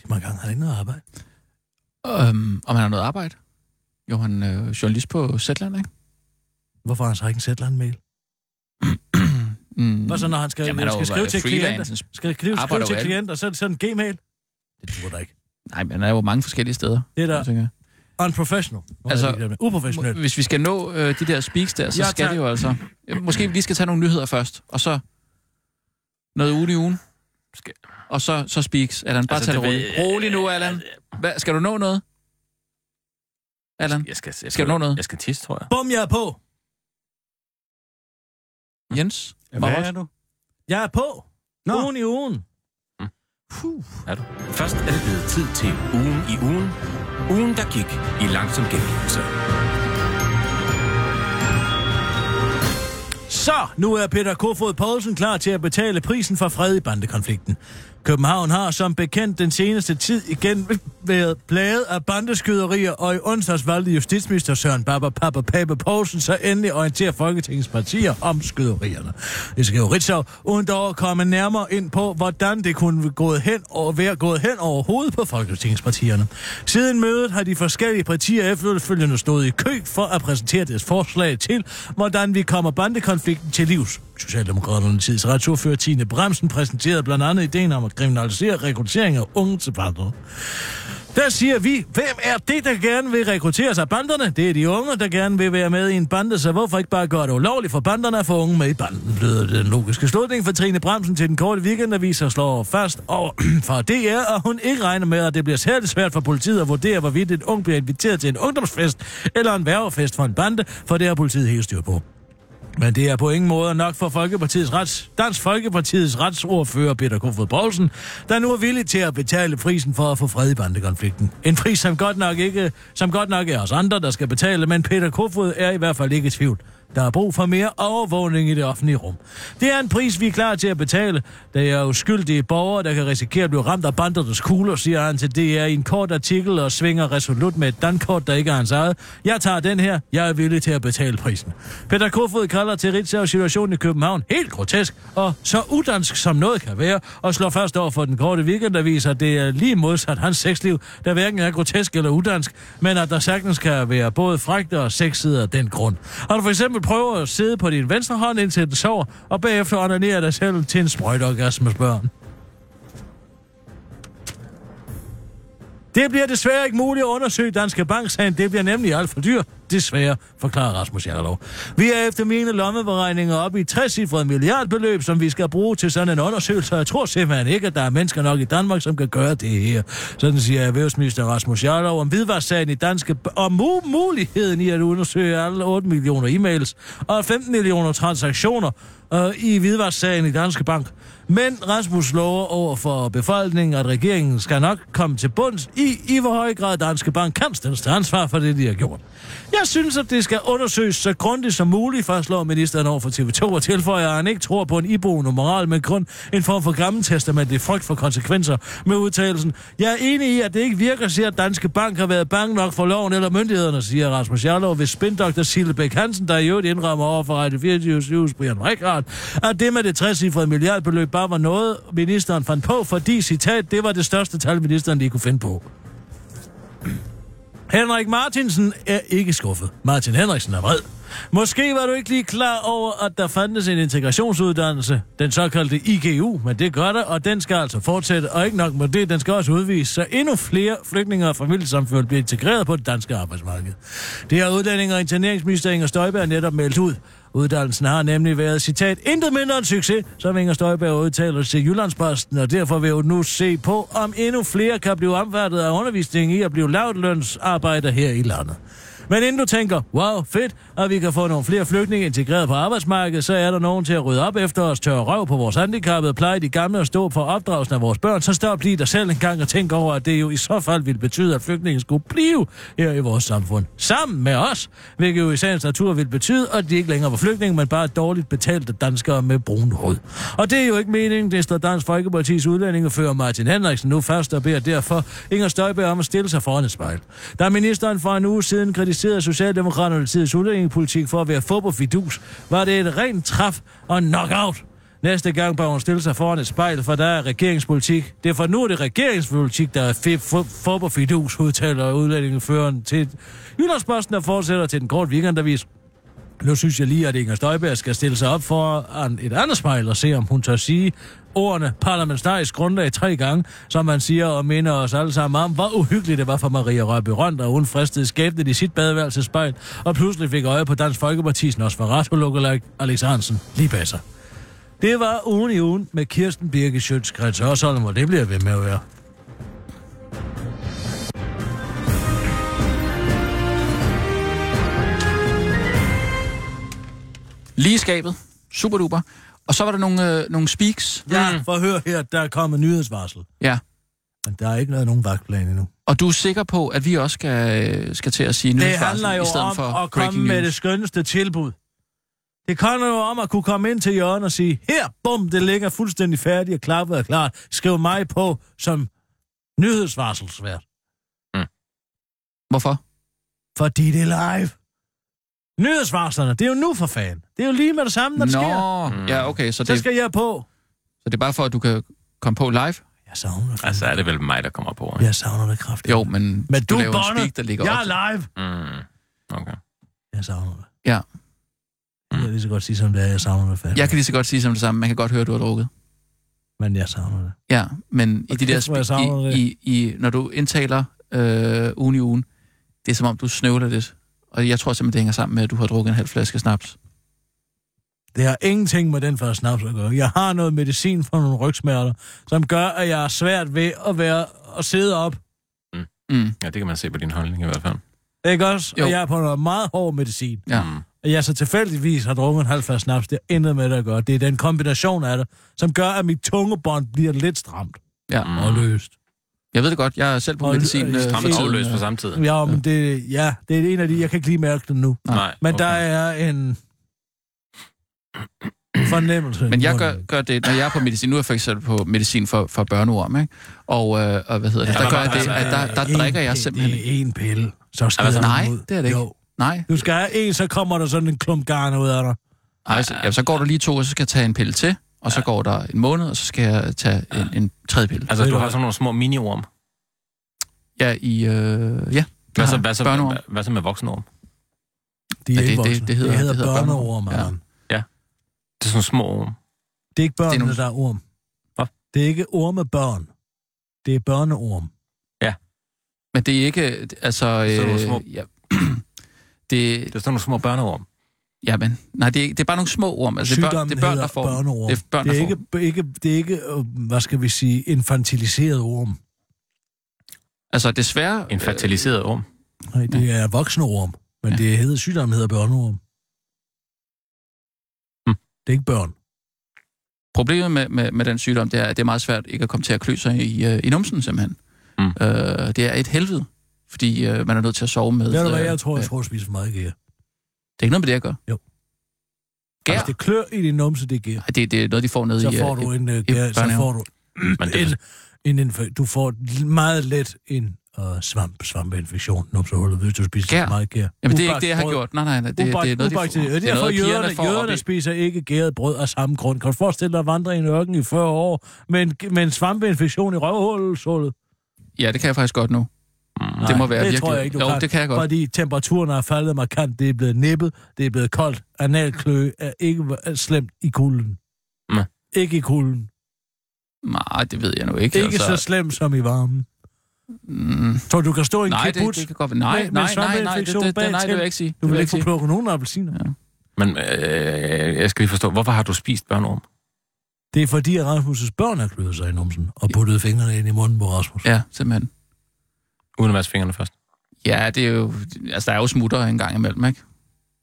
D: Det mange gange har han ikke noget arbejde.
E: Øhm, om han har noget arbejde? Jo, han er øh, journalist på Zetland, ikke?
D: Hvorfor har han så ikke en Zetland-mail?
E: Mm.
D: Hvad så, når han skal,
E: Jamen,
D: Jamen,
E: han
D: skal
E: er jo
D: skrive til klienter?
E: freelance.
D: Skal skrive, skrive
E: Arbejder
D: til
E: jo alle.
D: klienter, så er det sådan en gmail? Det duer da ikke.
E: Nej, men han er jo mange forskellige steder.
D: Det er da
E: jeg tænker.
D: unprofessional. Nu
E: Altså,
D: altså, det der med. uprofessionel.
E: Hvis vi skal nå øh, de der speaks der, så
D: Jeg
E: skal
D: tager-
E: det jo altså... Øh, Måske vi lige skal tage nogle nyheder først, og så noget uge i ugen.
G: Skal-
E: Og så, så speaks. Allan, bare
G: Altså,
E: altså, tag det
G: det
E: roligt.
G: ved-
E: Rolig nu, Allan. Hvad, skal du nå noget? Allan?
G: Jeg skal, jeg
E: Skal du nå noget?
G: Jeg skal tisse, tror jeg.
D: Bum, jeg er på.
E: Jens? Maros?
H: Hvad er du?
D: Jeg er på.
H: Nå.
D: Ugen i ugen.
G: Er du?
F: Først er det blevet tid til ugen i ugen. Ugen, der gik i langsom gengivelse.
D: Så, nu er Peter Kofod Poulsen klar til at betale prisen for fred i bandekonflikten. København har som bekendt den seneste tid igen været plaget af bandeskyderier, og i onsdags valgte justitsminister Søren Baba Papa Pape Poulsen så endelig orienterer Folketingets partier om skyderierne. Det skal jo Ritzau, uden dog at komme nærmere ind på, hvordan det kunne være gået hen og være gået hen over hovedet på Folketingspartierne. Siden mødet har de forskellige partier efterfølgende stået i kø for at præsentere deres forslag til, hvordan vi kommer bandekonflikten til livs. Socialdemokraterne tids retsordfører Tine Bremsen præsenterede blandt andet ideen om at kriminalisere rekruttering af unge til banderne. Der siger vi, hvem er det, der gerne vil rekruttere sig banderne? Det er de unge, der gerne vil være med i en bande, så hvorfor ikke bare gøre det ulovligt for banderne at få unge med i banden, lyder den logiske slutning for Trine Bremsen til den korte weekendavis og slår fast og fra DR, at hun ikke regner med, at det bliver særligt svært for politiet at vurdere, hvorvidt en ung bliver inviteret til en ungdomsfest eller en værvefest for en bande, for det har politiet helt styr på. Men det er på ingen måde nok for Folkepartiets rets, Dansk Folkepartiets retsordfører Peter Kofod Poulsen, der nu er villig til at betale prisen for at få fred i bandekonflikten. En pris, som godt nok, ikke, som godt nok er os andre, der skal betale, men Peter Kofod er i hvert fald ikke i tvivl. Der er brug for mere overvågning i det offentlige rum. Det er en pris, vi er klar til at betale, da jeg er uskyldige borgere, der kan risikere at blive ramt af bandernes kugler, siger han til DR i en kort artikel og svinger resolut med et dankort, der ikke er hans eget. Jeg tager den her. Jeg er villig til at betale prisen. Peter Kofod kalder til Ritzau situationen i København helt grotesk og så udansk som noget kan være, og slår først over for den korte weekendavis, at det er lige modsat hans sexliv, der hverken er grotesk eller udansk, men at der sagtens kan være både frægt og sexet af den grund. Har du for eksempel prøvet at sidde på din venstre hånd, indtil den sover, og bagefter onanere dig selv til en sprøjteorgasmes børn? Det bliver desværre ikke muligt at undersøge Danske Banksagen. Det bliver nemlig alt for dyrt. Desværre, forklarer Rasmus Jarlov. Vi er efter mine lommeberegninger oppe i 60 milliardbeløb, som vi skal bruge til sådan en undersøgelse. Jeg tror simpelthen ikke, at der er mennesker nok i Danmark, som kan gøre det her. Sådan siger erhvervsminister Rasmus Jarlov om hvidvarssagen i Danske B- om mu- muligheden i at undersøge alle 8 millioner e-mails og 15 millioner transaktioner øh, i hvidvarssagen i Danske Bank. Men Rasmus lover over for befolkningen, at regeringen skal nok komme til bunds i, i hvor høj grad Danske Bank kan stilles til ansvar for det, de har gjort. Jeg Jeg synes, at det skal undersøges så grundigt som muligt, fastslår ministeren over for TV2 og tilføjer, at han ikke tror på en iboende moral, men kun en form for gammeltestamentlig frygt for konsekvenser med udtalelsen. Jeg er enig i, at det ikke virker, siger at Danske Bank har været bange nok for loven eller myndighederne, siger Rasmus Jarlov ved spindoktor Sille Bæk Hansen, der i øvrigt indrammer over for Radio 24 Brian Rikard, at det med det 60 milliardbeløb bare var noget, ministeren fandt på, fordi, citat, det var det største tal, ministeren lige kunne finde på. Henrik Martinsen er ikke skuffet. Martin Henriksen er vred. Måske var du ikke lige klar over, at der fandtes en integrationsuddannelse, den såkaldte IGU, men det gør der, og den skal altså fortsætte, og ikke nok med det, den skal også udvise, så endnu flere flygtninge og familiesamfund bliver integreret på det danske arbejdsmarked. Det har udlænding og interneringsminister Inger Støjberg netop meldt ud. Uddannelsen har nemlig været, citat, intet mindre en succes, som Inger Støjberg udtaler til Jyllandsposten, og derfor vil hun nu se på, om endnu flere kan blive omfattet af undervisningen i at blive lavtlønsarbejder her i landet. Men inden du tænker, wow, fedt, at vi kan få nogle flere flygtninge integreret på arbejdsmarkedet, så er der nogen til at rydde op efter os, tørre røv på vores handicappede, pleje de gamle og stå for opdragelsen af vores børn, så stop lige dig selv en gang og tænk over, at det jo i så fald ville betyde, at flygtninge skulle blive her i vores samfund. Sammen med os, hvilket jo i sagens natur ville betyde, at de ikke længere var flygtninge, men bare dårligt betalte danskere med brun hud. Og det er jo ikke meningen, det står Dansk Folkeparti's udlændingefører Martin Henriksen nu først og beder derfor Inger Støjberg om at stille sig foran et spejl. Da ministeren for en uge siden kritiserede Socialdemokraternes udlændingepolitik for at være fodboldfidus, var det et rent træf og knockout. Næste gang bør hun stille sig foran et spejl, for der er regeringspolitik. Det er for nu er det regeringspolitik, der er fodboldfidus, udtaler udlændingeføreren til Jyllandsposten og fortsætter til den korte weekendavis. Nu synes jeg lige, at Inger Støjberg skal stille sig op foran et andet spejl og se, om hun tør sige ordene parlamentarisk grundlag tre gange, som man siger og minder os alle sammen om, hvor uhyggeligt det var for Maria Røbe Rønd, og hun fristede skæbnet i sit badeværelsespejl, og pludselig fik øje på Dansk Folkeparti's Nosferatu lookalike Alex Hansen lige bag sig. Det var ugen i ugen med Kirsten Birke Sjøtskrets Hørsholm, og det bliver jeg ved med at være.
E: Lige i skabet. Super duper. Og så var der nogle, øh, nogle speaks.
D: Ja, for hør her, der er kommet nyhedsvarsel.
E: Ja.
D: Men der er ikke været nogen vagtplan endnu.
E: Og du er sikker på, at vi også skal, øh, skal til at sige
D: Det
E: nyhedsvarsel
D: handler jo
E: i stedet
D: om
E: for
D: at
E: breaking
D: komme med
E: news.
D: det skønneste tilbud. Det handler jo om at kunne komme ind til hjørnet og sige, her, bum, det ligger fuldstændig færdigt og klappet og klart. Skriv mig på som nyhedsvarselsvært,
E: Hvorfor?
D: fordi det er live. Nyhedsvarslerne, det er jo nu for fanden. Det er jo lige med det samme, når det sker.
E: Nå, ja, okay. Så
D: Så
E: det,
D: skal jeg på.
E: så det er bare for, at du kan komme på live?
D: Jeg savner det.
G: Altså, er det vel mig, der kommer på, ikke?
D: Jeg savner det kraftigt.
E: Jo, men,
D: Men du,
E: du
D: er
E: laver en
D: bondet.
E: speak, der ligger
D: jeg
E: op. Mm.
D: er live.
G: Mm. Okay.
D: Jeg savner det.
E: Ja.
D: Jeg kan lige så godt sige, som det er, jeg savner det fandme.
E: Jeg kan lige så godt sige som det samme. Man kan godt høre, at du har drukket.
D: Men jeg savner det.
E: Ja, men i
D: Og
E: de der
D: kæft, hvor jeg savner
E: spe-
D: det.
E: i, i, i, når du indtaler øh, ugen i ugen, det er som om, du snøvler lidt. Og jeg tror simpelthen, det hænger sammen med, at du har drukket en halv flaske snaps.
D: Det har ingenting med den for snaps at gøre. Jeg har noget medicin for nogle rygsmerter, som gør, at jeg er svært ved at være og sidde op.
E: Mm.
G: Ja, det kan man se på din holdning i hvert fald.
D: Ikke også?
E: Jo.
D: Og jeg er på noget meget hård medicin.
E: Ja.
G: Mm.
D: Og jeg så tilfældigvis har drukket en halv flaske snaps, det har intet med det at gøre. Det er den kombination af det, som gør, at mit tungebånd bliver lidt stramt
E: Ja.
D: mm. og løst.
E: Jeg ved det godt. Jeg er selv på
D: Og-
E: medicin.
D: og-
E: øh, for
G: Stramt
E: tiden,
G: afløs
E: øh.
G: på samme tid.
D: Ja, men det, ja, det er en af de, jeg kan ikke lige mærke det nu.
G: Nej.
D: Men
G: okay.
D: der er en fornemmelse.
E: Men jeg gør, gør det, når jeg er på medicin. Nu er jeg for eksempel på medicin for, for børneorm, ikke? Og, øh, og hvad hedder det?
G: Ja,
E: der gør jeg
G: men
E: det,
G: altså,
E: at der, der
D: En
E: drikker jeg
D: pille-
E: simpelthen ikke.
D: Det er en pille, så skal
E: Altså,
D: altså,
E: nej, det er det ikke.
D: Jo.
E: Nej.
D: Du skal have en, så kommer der sådan en klump garn ud af dig.
E: Ej, så, ja, så går der lige to, og så skal jeg tage en pille til. Og så går der en måned, og så skal jeg tage en, en tredje pille.
G: Altså, du har sådan nogle små mini-orm.
E: Ja, i... Øh, ja.
G: Hvad så, hvad, så,
E: Børneorm.
G: hvad, hvad så med voksenorm?
D: De er
E: Ja,
D: ikke
E: det- det-
D: voksne.
E: det hedder-
D: det hedder,
E: det hedder
D: børneorm,
E: børneorm.
D: Allan.
G: Det er sådan nogle små orm.
D: Det er ikke børnene,
E: Det er nogle-
D: der er orm.
G: Hvad?
D: Det er ikke orme børn. Det er børneorm.
E: Men det er ikke, altså...
G: er nogle små-
E: ja. det,
G: Det er sådan nogle små børneorm.
E: jamen, nej, det er, ikke- det er bare nogle små orm. Altså, det er børn,
D: Sygdommen
E: det er børn der
D: hedder
E: får dem.
D: børneorm.
E: Det er børn,
D: det er
E: der får
D: ikke,
E: dem.
D: ikke, det er ikke, øh, hvad skal vi sige, infantiliseret orm.
E: Altså, desværre...
G: En fertiliseret orm.
D: Nej, det er voksne orm. Men
E: Ja.
D: det hedder, sygdommen hedder børneorm.
G: Hm.
D: Det er ikke børn.
E: problemet med, med, med den sygdom, det er, at det er meget svært ikke at komme til at klø sig i, øh, i numsen, simpelthen.
G: Mm.
E: Øh, det er et helvede. Fordi øh, man er nødt til at sove med...
D: Ved du hvad,
E: øh,
D: jeg tror,
E: øh,
D: jeg tror, jeg spiser for meget gær.
E: Det er ikke noget med det at gøre.
D: Jo.
E: Gær?
D: Hvis Altså, det klør i din numse, det gær,
E: Nej, det, det er noget, de får nede
D: så
E: i... øh,
D: får du
E: i-
D: en uh, gær, så
E: børnehaven.
D: får du
G: Men det,
D: en, en inf- du får meget let en uh, svamp, svampeinfektion, numsehullet, hvis du spiser
E: Gær?
D: for meget gær.
E: Jamen, det er ikke
D: Ubagt
E: det, jeg har
D: brød.
E: gjort. Nej, nej, nej. Det, det er
D: Ubak,
E: noget, de får.
D: Det er
E: Det er
D: derfor,
E: noget,
D: jøderne,
E: pigerne får op
D: jøderne
E: i-
D: spiser ikke gæret brød af samme grund. Kan du forestille dig at vandre i en ørken i 40 år med en, med en svampeinfektion i røvhulshullet?
E: Ja, det kan jeg faktisk godt nu. det må være
D: det
E: virkelig.
D: tror jeg ikke, du
E: jo,
D: kan.
E: det kan jeg godt.
D: Fordi temperaturen er faldet markant. Det er blevet nippet. Det er blevet koldt. Analklø er ikke v- slemt i kulden.
G: Nej.
D: Ikke i kulden.
E: Nej, det ved jeg nu ikke.
D: Ikke altså... så slemt som i varmen.
E: mm,
D: Tror du, du kan stå i en
E: nej, det,
D: kibbutz?
E: det kan godt være. Nej,
D: med- med
E: nej, nej, nej, det,
D: svampeinfektion
E: det, det, nej, det
D: bagtil?
E: vil jeg ikke sige.
D: Du
E: Det vil
D: vil ikke
E: jeg ikke
D: kunne
E: sige.
D: plukke nogen appelsiner. Ja.
G: men øh, jeg skal lige forstå, hvorfor har du spist børneorm?
D: Det er fordi, at Rasmus' børn har kløet sig i numsen og puttet fingrene ind i munden på Rasmus.
E: Ja, simpelthen.
G: Uden at vaske fingrene først.
E: Ja, det er jo... Altså, der er jo smutter en gang imellem, ikke?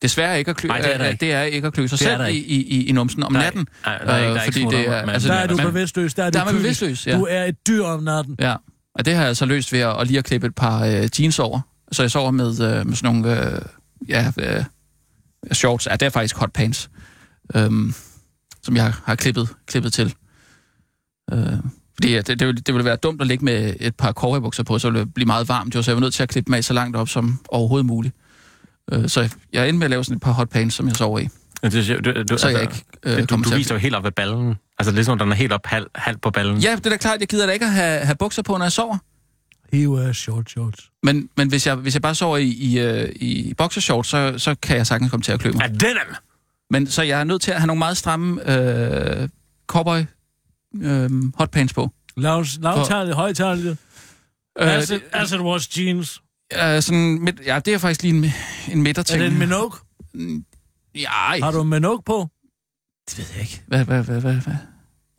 E: Desværre ikke at klø, øh,
G: Nej, det er der ikke.
E: det er ikke at klø sig
G: Det er der
E: selv i, i, i, i numsen om
G: Nej.
E: natten.
G: Nej, der er ikke, der er
E: Øh, fordi
G: ikke
E: det er- altså,
D: Der er du
E: men-
D: bevidstløs. Der er,
E: Der
D: du
E: er man
D: kynisk.
E: bevidstløs, ja.
D: Du er et dyr om natten.
E: Ja, og det har jeg så løst ved at, at lige at klippe et par øh, jeans over. Så jeg sover med, øh, med sådan nogle øh, ja, øh, shorts. Ja, det er faktisk hot pants, øhm, som jeg har, har klippet, klippet til. Øh, fordi ja, det, det, ville, det ville være dumt at ligge med et par cowboybukser på, så ville det blive meget varmt, jo, så jeg var nødt til at klippe dem af så langt op som overhovedet muligt. Øh, så jeg- jeg endte med at lave sådan et par hot pants, som jeg sover i.
G: Ja, Det, er- du, du,
E: Så jeg
G: altså,
E: ikke øh,
G: det, du,
E: kommer
G: du
E: til at-
G: viser jo helt op ved ballen. Altså, det er sådan, den er helt op halv, halv på ballen.
E: Ja, det er da klart, jeg gider da ikke at have, have bukser på, når jeg sover.
D: Hive af short shorts.
E: Men, men hvis, jeg, hvis jeg bare sover i, i, øh, i boxershorts, så, så kan jeg sagtens komme til at klø mig.
G: Er det dem?
E: Men så jeg er nødt til at have nogle meget stramme øh, cowboy øh, hotpants på.
D: Lavtalje, højtalje.
E: Øh,
D: Acid, acid wash jeans.
E: det, øh, sådan midt, ja, det er faktisk lige en, en
D: Er
E: midterting.
D: det en Minogue?
E: Ja, ej,
D: Har du en Minogue på?
E: det ved jeg ikke. Hvad, hvad, hvad, hvad, hvad?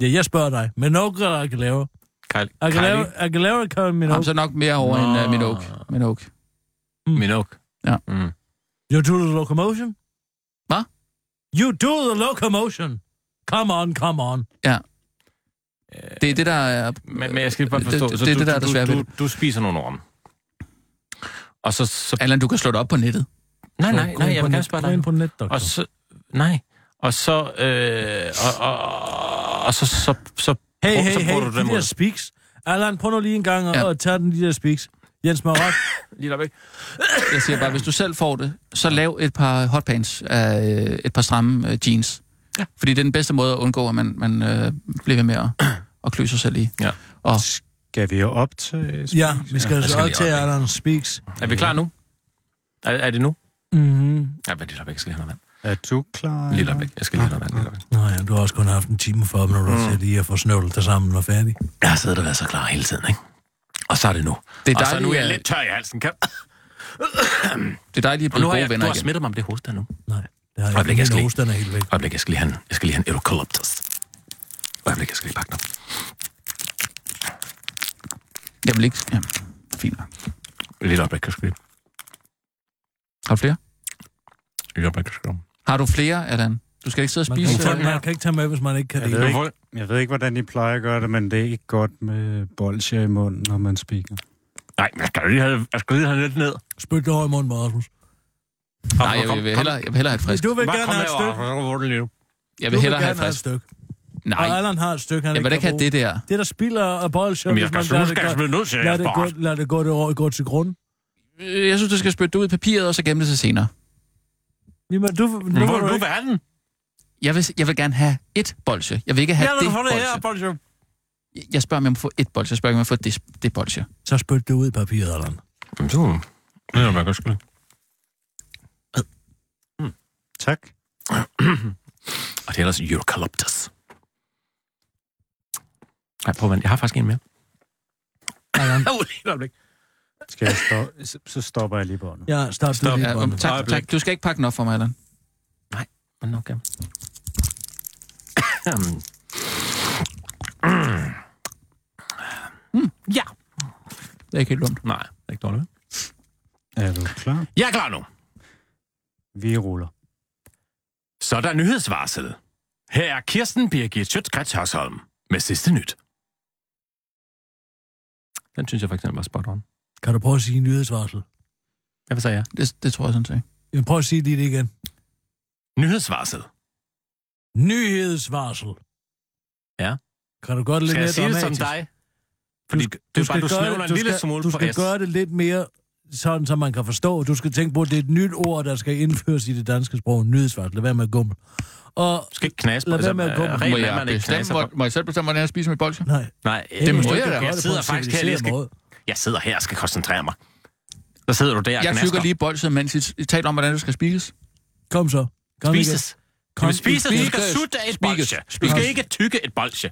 D: Ja, jeg spørger dig. Minogue eller Aguilera?
G: Kylie.
D: Aguilera,
G: Kylie
D: Aguilera eller
E: Jamen,
D: Minogue?
E: så nok mere over
G: Nå.
E: en øh, Minogue. Minogue.
G: Minogue.
E: Ja.
G: Mm.
D: You do the locomotion?
E: Hvad?
D: You do the locomotion. Come on, come on.
E: Det er det, der er...
G: Men, men jeg skal bare forstå.
E: Det,
G: så
E: det, det,
G: du,
E: det der er der svært
G: du,
E: ved
G: du,
E: det.
G: du, du spiser nogle orme. Og så... så
E: Allan, du kan slå det op på nettet.
G: nej, nej,
D: Gå
G: nej,
D: ind
G: jeg
D: på
G: vil gerne
D: net-
G: spørge
D: Gå
G: dig.
D: ind på net, doktor.
G: Og så... Nej. Og så... Øh, og, og, og, og så... så, så
D: Hey,
G: prøv-
D: hey,
G: så
D: hey,
G: prøver du
D: de
G: dem
D: der
G: ud.
D: speaks. Allan, prøv nu lige en gang
E: Ja.
D: og, og tage den de der speaks. Jens Marat,
G: Lige der væk.
E: Jeg siger bare, hvis du selv får det, så lav et par hotpants af øh, et par stramme øh, jeans. Ja. Fordi det er den bedste måde at undgå, at man, man øh, bliver ved med at, at klø sig selv i.
G: Ja.
E: Og,
C: Skal vi jo op til...
D: ja, vi skal
G: jeg
D: så
G: skal
D: også
G: lige
D: til
G: op, ikke?
D: Allan Speaks.
G: Er vi klar nu? Er, er det nu?
D: Mhm.
G: Ja, men lige der væk. Jeg skal lige have noget vand.
C: Er du klar?
G: Lige der væk. Jeg skal lige have noget vand. Lige der væk.
D: Nå ja, du har også kun haft en time og 40 minutter til lige at få snøvlet dig sammen og færdig.
G: Jeg har siddet og været så klar hele tiden, ikke? Og så er det nu.
E: det er
G: Og så nu er
E: dejligt,
G: jeg
E: at,
G: lidt tør i halsen. Kan...
E: det er dejligt at blive
G: Og nu har
E: gode
G: jeg,
E: venner
G: du har
E: igen.
G: smittet mig med det hoste nu.
D: Nej, det har
G: Øjeblik,
D: jeg
G: jeg
D: ikke.
G: skal
D: Min
G: lige-
D: host, den er helt væk.
G: Øjeblik, jeg skal lige have en, jeg skal lige have en eucalyptus. Øjeblik, jeg skal lige pakke den op.
E: Jeg vil ikke... Ja. Fint. nok.
G: Lidt øjeblik, jeg skal lige...
E: Har du flere?
G: Lidt øjeblik, jeg skal lige...
E: Har du flere, Allan? Du skal ikke sidde og
D: Man kan,
E: spise...
D: ikke tage,
E: øh,
D: man kan ikke tage med, hvis man ikke kan
C: Jeg
D: det.
C: ved, ikke, jeg ved ikke, hvordan I plejer at gøre det, men det er ikke godt med bolsjer i munden, når man spiker.
G: Nej, jeg skal lige have, jeg skal lige have lidt ned.
D: Spyt det over i munden, Rasmus.
G: Kom,
E: Nej, jeg vil, jeg vil hellere, jeg vil hellere have et frisk.
D: Du vil
G: Bare
D: gerne
G: kom
D: have et
G: herover.
D: stykke.
G: Hvor er den lige nu?
E: Jeg
D: Du
E: vil
D: vil
E: hellere have
D: gerne
E: et
D: have et
E: frisk.
D: stykke. Og
E: Nej,
D: Allan har et stykke, han
E: jeg vil da
D: ikke kan
E: ikke
D: bruge.
E: have det der.
D: Det, der spiller af bolsjer,
G: Jamen, jeg
D: hvis
G: skal
D: man lader
G: slutte,
D: det
G: skal jeg
D: gå-
G: smide nødt til.
D: lader det
G: Lad
D: gå- lader det gå, det år, gå til grund.
E: Øh, Jeg synes, du skal spytte det ud i papiret, og så gemme det til senere.
D: Jamen, du, nu må
G: Hvor
D: du
G: vil du
D: ikke.
G: være den?
E: Jeg vil, jeg vil gerne have et bolsje. Jeg vil ikke have
G: Jeg
E: det
G: vil få det her,
E: bolsje.
G: bolsje.
E: Jeg spørger, om jeg må få et bolsje. Jeg spørger, om jeg må få det, det bolsje.
D: Så spyt det ud i papiret, Allan.
G: Jamen, du... Det er, hvad jeg skal. Mm.
C: Tak.
G: Og det er ellers eucalyptus. Nej, prøv at vente. Jeg har faktisk en mere.
D: Allan,
G: Åh, lidt øjeblik.
C: Skal jeg stå... så- Så stopper jeg lige båndet.
D: ja, stop, stop.
G: Stop.
D: det
E: Ja,
D: lige
E: om,
D: båndet.
E: tak, tak. Du skal ikke pakke den op for mig, Allan.
G: Men okay. Mm. Mm. ja.
E: Det er ikke helt dumt.
G: Nej, det er ikke dårligt.
C: Er du klar?
G: Jeg er klar nu.
C: Vi ruller.
G: Så er der nyhedsvarsel. Her er Kirsten Birgit Schøtzgrads Hørsholm med sidste nyt. Den synes jeg for eksempel var spot on.
D: Kan du prøve at sige nyhedsvarsel?
G: Hvad sagde jeg?
E: Det, det tror jeg sådan set.
D: Jamen, prøv at sige lige det igen.
G: Nyhedsvarsel.
D: Nyhedsvarsel.
G: Ja.
D: Kan du godt lidt
G: Skal jeg
D: mere
G: sige det som
D: dramatisk?
G: dig? Fordi du, du, bare, du snævner en
D: du
G: lille
D: skal,
G: smule
D: Du
G: på
D: skal
G: S.
D: gøre det lidt mere sådan, så man kan forstå. Du skal tænke på, at det er et nyt ord, der skal indføres i det danske sprog. Nyhedsvarsel. Lad være med at gummel. Og
G: Du skal ikke knasse på
D: Lad
G: altså,
D: være med at gå.
G: øh,
E: Må
G: reglen er, at
E: jeg,
G: man ikke
E: bestemme,
G: knaser
E: hvor,
G: på.
E: må jeg selv bestemme, hvordan jeg spiser mit bolsje?
D: nej.
G: Nej,
E: Det
D: hvis
E: må
D: du
E: jeg
D: kan
E: da.
D: gøre
G: Jeg
D: det på
G: sidder
D: en
G: faktisk her,
D: civiliseret
G: jeg skal-
D: måde.
G: Jeg sidder her og skal koncentrere mig. Så sidder du der og
E: Jeg tykker
G: knasker.
E: lige bolsje, mens I, I taler om, hvordan det skal spises.
D: Kom så. Kom igen.
G: Spises. Du
D: Kom.
G: vil spise, du skal
E: Spises.
G: sutte af et
E: Spises.
G: bolsje. Du skal
E: Spises.
G: ikke tykke et bolsje.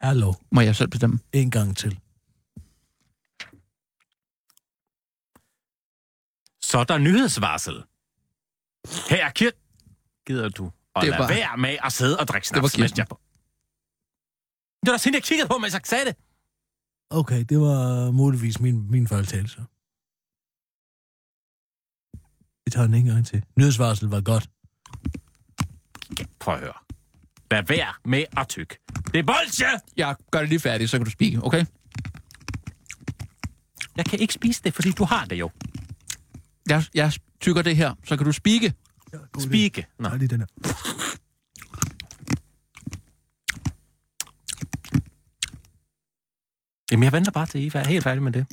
D: Hallo.
E: Må jeg selv bestemme?
D: En gang til.
G: Så er der nyhedsvarsel. Her, Kirk, gider du at
E: Det
G: lade
E: var-
G: være med at sidde og drikke snaps,
E: Det var
G: mens
E: Kirsten.
G: jeg... Det var da sådan, jeg kiggede på, mens jeg sagde det.
D: Okay, det var muligvis min, min fejltagelse. Vi tager den en gang til. Nyhedsvarsel var godt.
G: Prøv at høre. Lad være med at tykke. Det er bolsje!
E: Jeg gør det lige færdigt, så kan du spise, okay?
G: Jeg kan ikke spise det, fordi du har det jo.
E: Jeg, jeg tykker det her, så kan du spike.
G: Spike. Nå.
D: Nej, lige den her.
G: Jamen, jeg venter bare til I er helt færdig med det.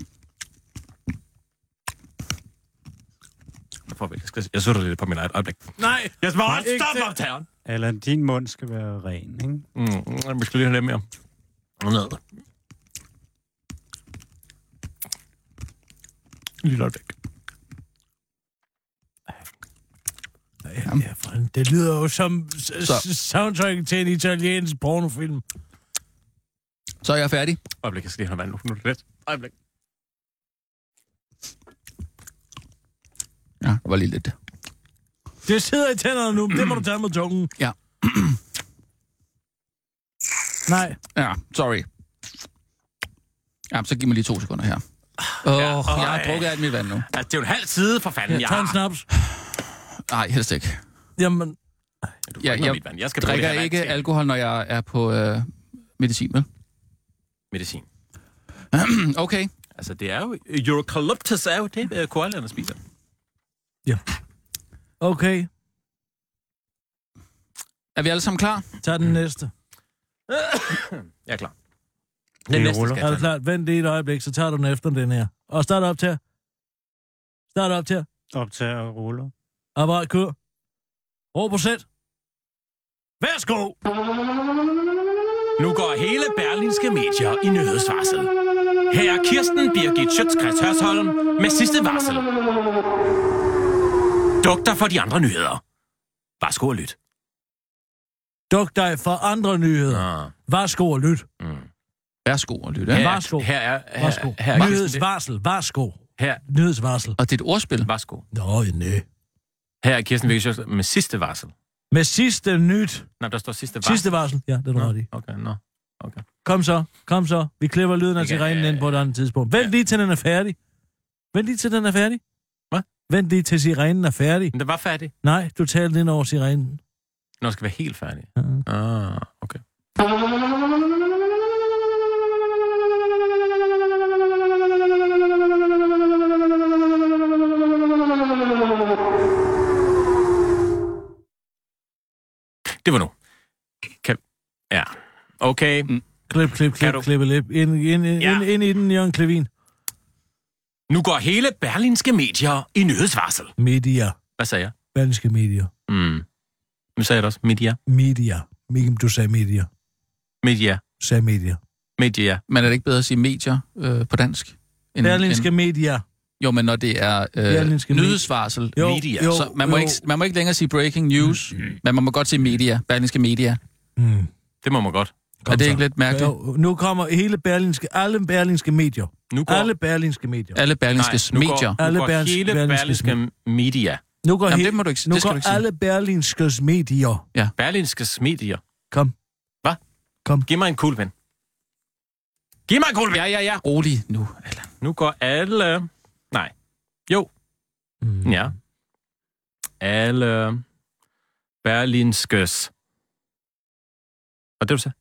G: Jeg, får vel- jeg, skal, jeg sutter lidt på min eget øjeblik.
D: Nej!
G: Jeg skal bare
H: Nej, ikke
G: stoppe
H: det.
G: optageren.
H: Eller din mund skal være ren, ikke?
G: Mm, vi skal lige have lidt mere. Ned. Lige lidt væk.
D: Jamen, ja, for helvede. det lyder jo som s- s- soundtrack til en italiensk pornofilm.
E: Så er jeg færdig.
G: Øjeblik, jeg skal lige have vand nu. Nu er det lidt. Øjeblik.
E: Ja, det var lige lidt.
D: Det sidder i tænderne nu, men det må du tage med tungen.
E: Ja.
D: Nej,
E: Ja, sorry. Ja, så giv mig lige to sekunder her. Åh, oh,
G: Ja,
E: jeg har
G: øj.
E: drukket alt mit vand nu.
G: Altså, det er jo en halv side, for fanden.
D: jeg
G: Jeg
D: tager en
G: har.
D: snaps.
E: Nej, helst ikke.
D: Jamen,
G: Du
E: Ja,
G: ja, jeg,
E: jeg
G: mit vand. jeg skal
E: Jeg
G: bruge det
E: drikker
G: her vand
E: ikke
G: til
E: alkohol, når jeg er på øh, medicin, vel?
G: Medicin.
E: Okay.
G: Altså, det er jo... Eurocalyptus er jo det, øh, koalaerne spiser.
D: okay.
E: Er vi alle sammen klar?
D: Tag den næste.
G: Jeg er klar.
H: Vi
G: Den næste
H: ruller.
G: skal
D: Er
G: jeg
D: du
G: tage.
D: klar? Vent lige et øjeblik, så tager du den efter den her. Og start op til. Start op til.
H: Optager og ruller.
D: Apparat kør. Ro på sæt. Værsgo!
G: Nu går hele berlinske medier i nyhedsvarsel. Her er Kirsten Birgit Schøtzgrads Hørsholm med sidste varsel. Duk dig for de andre nyheder. Værsgo og lyt.
D: Duk dig for andre nyheder.
G: Ah.
D: Værsgo og lyt.
E: Værsgo og lyt. Ja.
G: Her,
D: Værsgo.
G: er- her er...
D: Værsgo.
G: Her, her, er Kirsten,
D: Nyhedsvarsel. Værsgo.
G: her,
D: Nyhedsvarsel.
E: Og det er et ordspil.
G: værsgo.
D: Nå, nej.
G: her er Kirsten Birgit Schøtzgrads med sidste varsel.
D: Med sidste nyt.
G: Nej, der står sidste varsel.
D: Sidste varsel. Ja, det er du ret i.
G: Nå, okay, nå.
D: Kom så, kom så. Vi klipper lyden af
G: Ikke,
D: sirenen
G: øh,
D: ind på et andet tidspunkt. Vent lige til den er færdig. Vent lige til den er færdig.
G: Hvad?
D: Vent lige til sirenen er færdig.
G: Men det var færdig.
D: Nej, du talte ind over sirenen.
G: Nå, skal være helt færdig.
D: Mhm.
G: Ah, okay. Det var nu. Kan... Ja. Okay.
D: Klip, klip, klip,
G: du-
D: klip, klip. Ind, ind, ind,
G: Ja.
D: ind, ind i den, Jørgen Klevin.
G: Nu går hele berlinske medier i nyhedsvarsel.
D: Media.
G: Hvad sagde jeg?
D: Danske medier.
G: Mm. Nu sagde jeg det også. Media.
D: Media. Mikkel, du sagde media.
G: Media.
D: Sagde media.
G: Media.
E: Men er det ikke bedre at sige medier øh, på dansk? End,
D: Berlinske
E: end-
D: media.
E: jo, men når det er
D: Berlinske
E: øh,
D: med-
E: nyhedsvarsel,
D: Jo,
G: Media.
D: jo,
E: så man må,
D: jo. Mm-hmm.
E: ikke, man må ikke længere sige breaking news, men man må godt sige media, berlinske media.
D: Mm.
G: Det må man godt.
E: er det
D: så.
E: ikke lidt mærkeligt?
D: Jo, nu kommer hele berlinske, alle berlinske medier.
G: Nu går...
D: Alle berlinske medier.
E: Alle berlinske
G: nu
E: medier.
G: Går,
D: Alle
G: nu går
D: Berlingske-
G: hele
D: Berlingskes
G: berlinske media.
D: Nu går,
E: Jamen,
D: he-
E: det må du ikke sige.
D: nu
E: Det skal
D: går
E: du ikke sige.
D: alle berlinskes medier.
G: Berlinskes medier.
D: Kom.
G: Hvad?
D: Kom.
G: Giv mig en kuglepen. Giv mig en kuglepen!
E: Ja, ja, ja. Rolig nu, Allan.
G: Nu går alle... Nej. Jo.
D: Hmm.
G: Mm. Ja. Alle... Berlinskes. Var det, du sagde?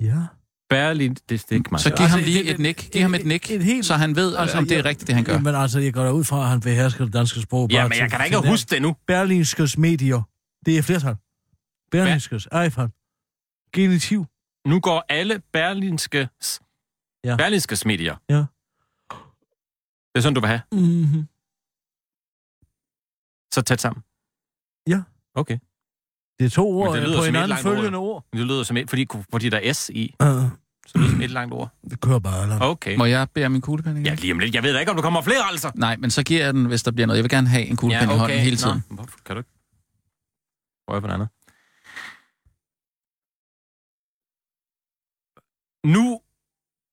D: Ja.
G: Berlin, det stik, mig.
E: Så giv
D: Altså,
E: ham lige
D: det-
E: et nik. Giv ham et nik,
D: et helt-
E: så han ved,
D: Altså,
E: om det er
D: jeg-
E: rigtigt, det han gør.
D: Jamen altså, jeg går da ud fra, at han behersker det danske sprog.
G: Ja,
D: bare
G: men
D: til-
G: jeg kan da
D: til
G: ikke
D: det.
G: huske det nu.
D: Berlingskes medier. Det er flertal. Berlingskes, iPhone. Genitiv.
G: Nu går alle berlinske,
D: Ja.
G: ja. berlinske smidier.
D: Ja.
G: Det er sådan, du vil have.
D: Mm-hmm.
G: Så tæt sammen.
D: Ja.
G: Okay.
D: Det er to ord
G: det
D: øh,
G: lyder
D: på
G: som et
D: hinanden
G: langt ord,
D: følgende ord.
G: Men Det lyder som et, fordi, fordi der er S i,
D: Uh,
G: så det lyder som et langt ord.
D: det kører bare. Eller?
G: Okay.
E: Må jeg bede om min kuglepen igen?
G: Ja, lige om lidt. Jeg ved da ikke, om der kommer flere, altså.
E: Nej, men så giver jeg den, hvis der bliver noget. Jeg vil gerne have en kuglepen i hånden hele tiden.
G: Nå, hvorfor kan du ikke? Prøv på den anden. Nu...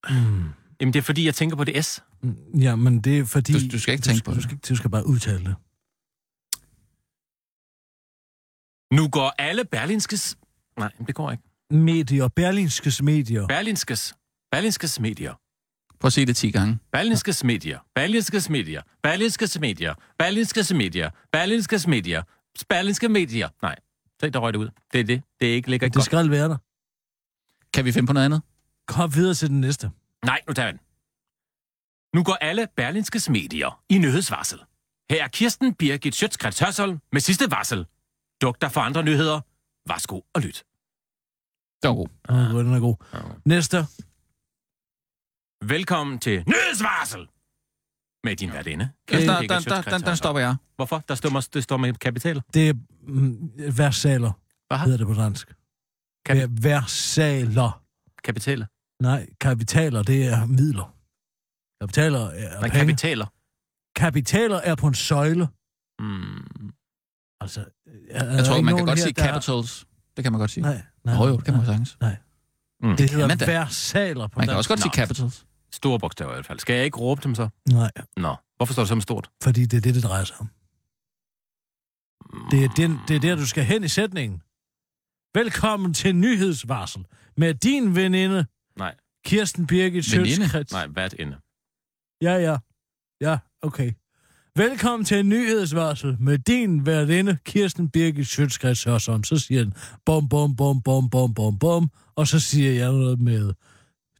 D: Hmm.
G: Jamen, det er fordi, jeg tænker på det S.
D: Mm, Ja, men det er fordi...
E: Du- du skal ikke tænke på
D: du
E: det.
D: skal, ikke- Du skal bare udtale det.
G: Nu går alle berlinskes... Nej, det går ikke.
D: Medier. Berlingskes medier.
G: Berlinskes... Berlinskes medier.
E: Prøv at sige det 10 gange.
G: Berlinskes medier. Berlinskes medier. Berlinskes medier. Berlinskes medier. Berlinskes medier. Berlinske medier. Nej, se, der røg det ud. Det er det. Det er ikke ligger ikke
D: det
G: godt.
D: skal være der.
E: Kan vi finde på noget andet?
D: Kom videre til den næste.
G: Nej, nu tager vi den. Nu går alle berlinskes medier i nyhedsvarsel. Her er Kirsten Birgit Schøtzgrads Hørsholm med sidste varsel. Duk dig for andre nyheder. Værsgo og lyt.
E: Det var god.
D: Ah. Den er god. Næste.
G: Velkommen til nyhedsvarsel med din værtinde.
E: Der,
G: Kirsten
E: der,
G: Birgit
E: der, der,
G: Schøtzgrads
E: der, der
G: Hørsholm.
E: stopper jeg.
G: Hvorfor? Der står, det står med kapitaler.
D: Det er mm, versaler.
G: Hvad?
D: hedder det på dansk?
G: Kapi-
D: Ver- versaler.
G: Kapitaler.
D: Nej, kapitaler, det er midler. Kapitaler er
G: Nej,
D: penge.
G: kapitaler.
D: kapitaler er på en søjle.
G: Mm.
D: Altså, er,
E: Jeg tror, man kan godt sige capitals. Det kan man godt sige.
D: Nej, nej.
E: Nå jo, det kan man sagtens.
G: Mm.
D: Det hedder
E: man da.
D: versaler på
E: Man kan
D: dansk.
E: også godt sige
G: Nå.
E: capitals.
G: Store bogstaver i hvert fald. Skal jeg ikke råbe dem så?
D: Nej,
G: Nå. Hvorfor står det som stort?
D: fordi det er det, det drejer sig om. Det er, den, det er der, du skal hen i sætningen. Velkommen til nyhedsvarsel med din veninde.
G: Nej.
D: Kirsten Birgit
E: Veninde?
D: Sjøtskrets.
G: Nej, hvad inde?
D: Ja, ja. Ja, okay. Velkommen til en nyhedsvarsel med din værtinde, Kirsten Birgit Sjøtskrets Hørsholm. Så siger den, bom, bom, bom, bom, bom, bom, bom. Og så siger jeg noget med,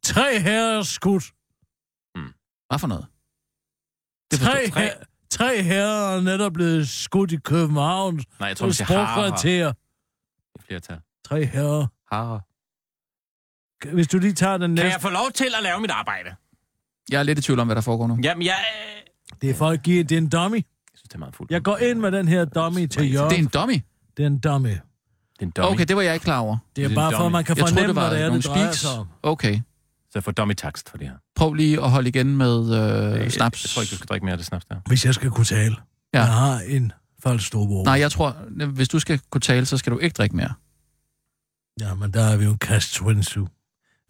D: tre herrer skudt.
E: Hvad for noget?
G: Det forstår-
D: Tre,
G: tre.
D: her, tre herrer er netop blevet skudt i København.
G: Nej, jeg tror, det siger harer.
D: til
G: I flertal.
D: Tre herrer.
G: Harer.
D: Hvis du lige tager den
G: Kan
D: næste.
G: jeg få lov til at lave mit arbejde?
E: Jeg er lidt i tvivl om, hvad der foregår nu.
G: Jamen, jeg... øh,
D: Det er for at give det er en dummy.
G: Jeg synes, det er meget fuldt.
D: Jeg går ind med den her dummy til
E: Det er
D: Jørgen.
E: en dummy.
D: Det er en dummy.
G: Det er en dummy.
E: Okay, det var jeg ikke klar over.
D: Det
G: er
D: er
G: en
D: bare for, at
G: dummy.
D: man kan
E: Jeg troede,
D: fornemme,
E: det var
D: hvad det er,
E: nogle
D: det drejer
E: speaks.
D: sig om.
E: Okay.
G: Så jeg får dummy takst for det her.
E: Prøv lige at holde igen med øh,
G: Jeg-
E: snaps.
G: Jeg tror ikke, du skal drikke mere af det snaps der.
D: Hvis jeg skal kunne tale.
E: Ja.
D: Ja. Jeg har en falsk storebror.
E: Nej, jeg tror, hvis du skal kunne tale, så skal du ikke drikke mere.
D: Ja, men der er vi jo cash 22.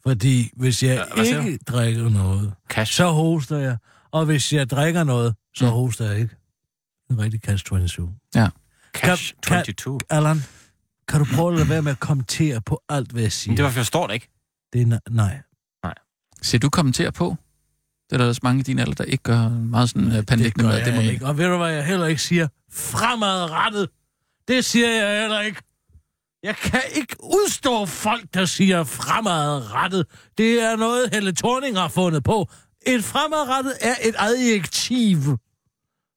D: Fordi hvis jeg
G: hvad siger
D: ikke drikker noget,
G: Cash.
D: så hoster jeg. Og hvis jeg drikker noget, så
E: Mm.
D: hoster jeg ikke. Det er rigtig cash 22.
G: Cash
D: Kan- kan-
G: 22.
D: Allan, kan du prøve at lade være med at kommentere på alt, hvad jeg siger?
G: Men det var, for jeg forstår det ikke.
D: det er ne- nej.
E: Ser du kommentere på? Det er der også mange i din alder, der ikke gør meget sådan øh,
D: Det
E: pandækkende
D: gør
E: med. Det må
D: jeg
E: man
D: ikke. Og ved du, hvad jeg heller ikke siger? Fremadrettet. Det siger jeg heller ikke. Jeg kan ikke udstå folk, der siger fremadrettet. Det er noget, Helle Thorning har fundet på. Et fremadrettet er et adjektiv.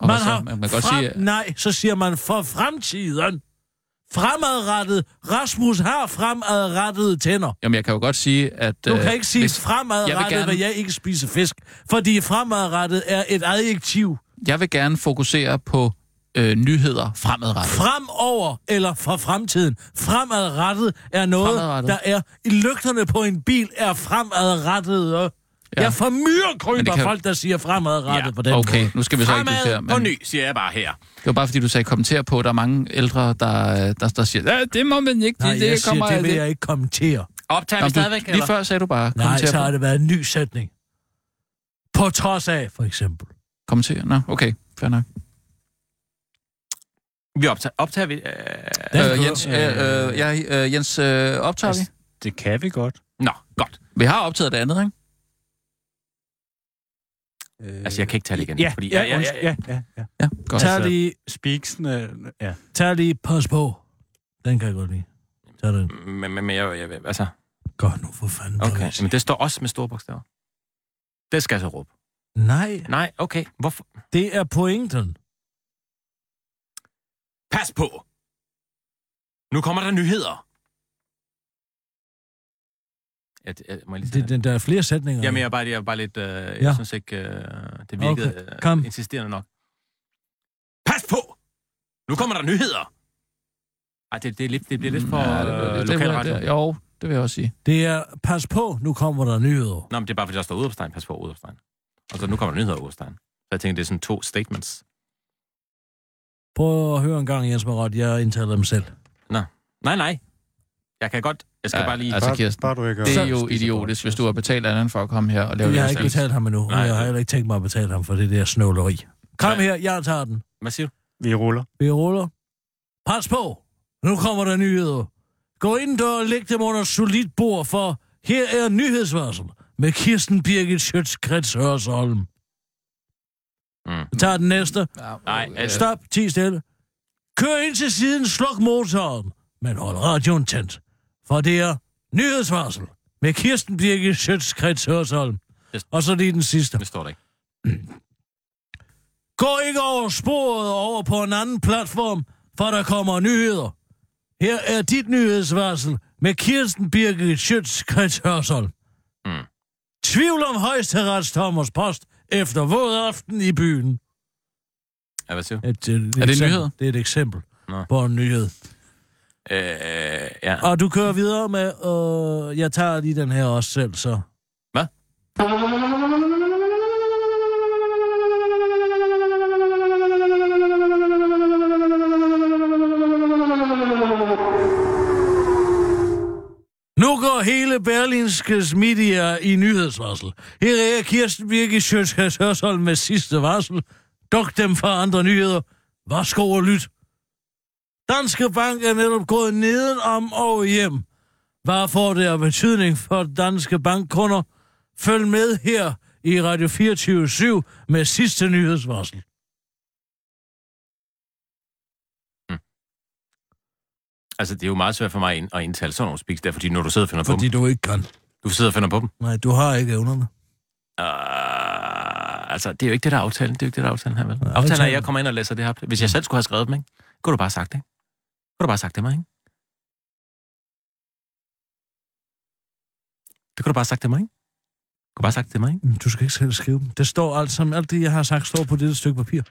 E: Og
D: man
E: så,
D: har
E: man kan godt
D: frem,
E: sige,
D: Nej, så siger man for fremtiden. Fremadrettet. Rasmus har fremadrettede tænder.
E: jamen, jeg kan jo godt sige, at...
D: Du
E: øh,
D: kan ikke sige
E: hvis-
D: fremadrettet,
E: jeg vil
D: jeg
E: gerne-
D: gerne... jeg ikke spise fisk, fordi fremadrettet er et adjektiv.
E: Jeg vil gerne fokusere på øh, nyheder fremadrettet.
D: Fremover eller for fremtiden. Fremadrettet er noget,
E: Fremadrettet.
D: fremadrettet. der er... Lygterne på en bil er fremadrettet. Ja.
E: Ja.
D: Jeg formyrer
E: Men det
D: kryber
E: kan-
D: kan... folk, der siger fremadrettet
G: Ja,
D: ja. på den
E: Okay,
D: måde.
E: nu skal vi så ikke diskutere,
G: Fremad på
E: men
G: ny, siger jeg bare her.
E: det var bare fordi, du sagde kommentere på, at der er mange ældre, der, øh, der, der siger, ja, det må man ikke,
D: Nej,
E: det,
D: jeg
E: det
D: siger,
E: kommer af
D: det vil jeg ikke kommentere.
G: Optager
E: Nå,
G: vi
E: du,
G: stadigvæk,
E: lige før sagde du bare,
D: Nej,
E: kommentere
D: så
E: på.
D: har det været en ny sætning. På trods af, for eksempel.
E: Kommentere, nå, okay, fair nok.
G: Vi optager, optager vi... Øh...
D: Den
E: Øh,
D: går-
E: Jens, øh, øh, jeg, øh, Jens øh, optager vi?
H: Det kan vi godt.
G: Nå, godt.
E: Vi har optaget det andet, ikke?
G: Altså, jeg kan ikke tage det igen.
H: Ja,
G: fordi,
H: ja,
G: jeg, jeg, jeg,
H: ja, ja, ja.
E: Ja, godt.
D: Tag
H: Altså-
D: lige,
H: Speaksen, øh, ja.
D: tag lige, pas på. Den kan jeg godt lide. Tag den.
G: Men, men, men jeg, jeg, altså,
D: Godt nu, for fanden.
G: Okay,
D: Boris.
G: men det står også med store bogstaver. Det skal jeg så råbe.
D: Nej,
G: Nej, okay. Hvorfor?
D: det er pointen.
G: Pas på! Nu kommer der nyheder. Ja, det, jeg, må jeg lige tage
D: Det, det, der er flere sætninger.
G: Jamen, jeg er bare, jeg er bare lidt... Øh, jeg
D: Ja.
G: synes ikke, øh, det virkede
D: Okay,
G: okay.
D: kom.
G: øh, insisterende nok. Pas på! Nu kommer der nyheder! Ej, det, det, er lidt, det bliver lidt for
E: Mm, det-
G: øh,
E: det-
G: lokalradio.
E: det- Jo, det vil jeg også sige.
D: Det er, pas på, nu kommer der nyheder.
G: Nå, men det er bare, fordi der står Udopstein. Pas på, Udopstein. Og så nu kommer der nyheder, Udopstein. Så jeg tænker, det er sådan to statements.
D: Prøv at høre en gang, Jens Marot, jeg indtaler dem selv.
G: Nej, nej. Jeg kan godt... Jeg skal ja, bare lige...
E: Altså, Kirsten,
H: Bare du ikke
E: det er jo idiotisk, hvis du har betalt anden for at komme her og lave
D: Jeg har
E: det
D: ikke
E: her.
D: betalt ham endnu, og
G: Nej.
D: jeg har heller ikke tænkt mig at betale ham for det der snøvleri. Kom
G: Nej.
D: her, jeg tager den.
G: Hvad siger du?
H: Vi ruller.
D: Vi ruller. Pas på! Nu kommer der nyheder. Gå ind og læg dem under et solidt bord, for her er nyhedsvarsel med Kirsten Birgit Schøtz-Krets Hørsholm.
G: Mm.
D: Vi tager den næste.
G: Nej, altså,
D: Stop, ti stille. Kør ind til siden, sluk motoren, men hold radioen tændt. For det er nyhedsvarsel med Kirsten Birgit Schøtz-Krets Hørsholm.
G: Yes.
D: Og så lige den sidste.
G: det står der ikke.
D: Gå ikke over sporet og over på en anden platform, for der kommer nyheder. Her er dit nyhedsvarsel med Kirsten Birgit Schøtz Krets Hørsholm.
G: Mm.
D: Tvivl om højesterets Thomas Post efter våd aften i byen.
G: Ja, hvad siger du?
D: Et, et, et
E: en
D: eksempel.
E: nyhed?
D: Det er et eksempel
G: Nå.
D: på en nyhed.
G: Øh, ja.
D: Og du kører videre med, øh, jeg tager lige den her også selv, så.
G: Hvad?
D: Nu går hele Berlinskes media i nyhedsvarsel. Her er Kirsten Birke Sjøtskas Hørsholm med sidste varsel. Duk dem fra andre nyheder. Værsgo og lyt. Danske Bank er netop gået nedenom og hjem. Hvad får det af betydning for danske bankkunder? Følg med her i Radio 24 med sidste nyhedsvarsel.
G: Altså, det er jo meget svært for mig at ind- at indtale sådan nogle speaks der, fordi når du sidder og finder på
D: Fordi
G: dem,
D: du ikke kan.
G: du sidder og finder på dem.
D: Nej, du har ikke evnerne.
G: Uh, altså, det er jo ikke det, der er aftalen. Det er jo ikke det, der er aftalen her, vel? Aftalen er, at
D: aftalen-
G: jeg kommer ind og læser det her. Hvis jeg selv skulle have skrevet dem, ikke? Kunne du bare have sagt det, ikke? Kunne du bare have sagt det mig, ikke? Det kunne du bare have sagt det mig, ikke? Kunne du bare have sagt det mig, ikke?
D: Men Du skal ikke selv skrive dem. Det står alt sammen. Alt det, jeg har sagt, står på det stykke papir.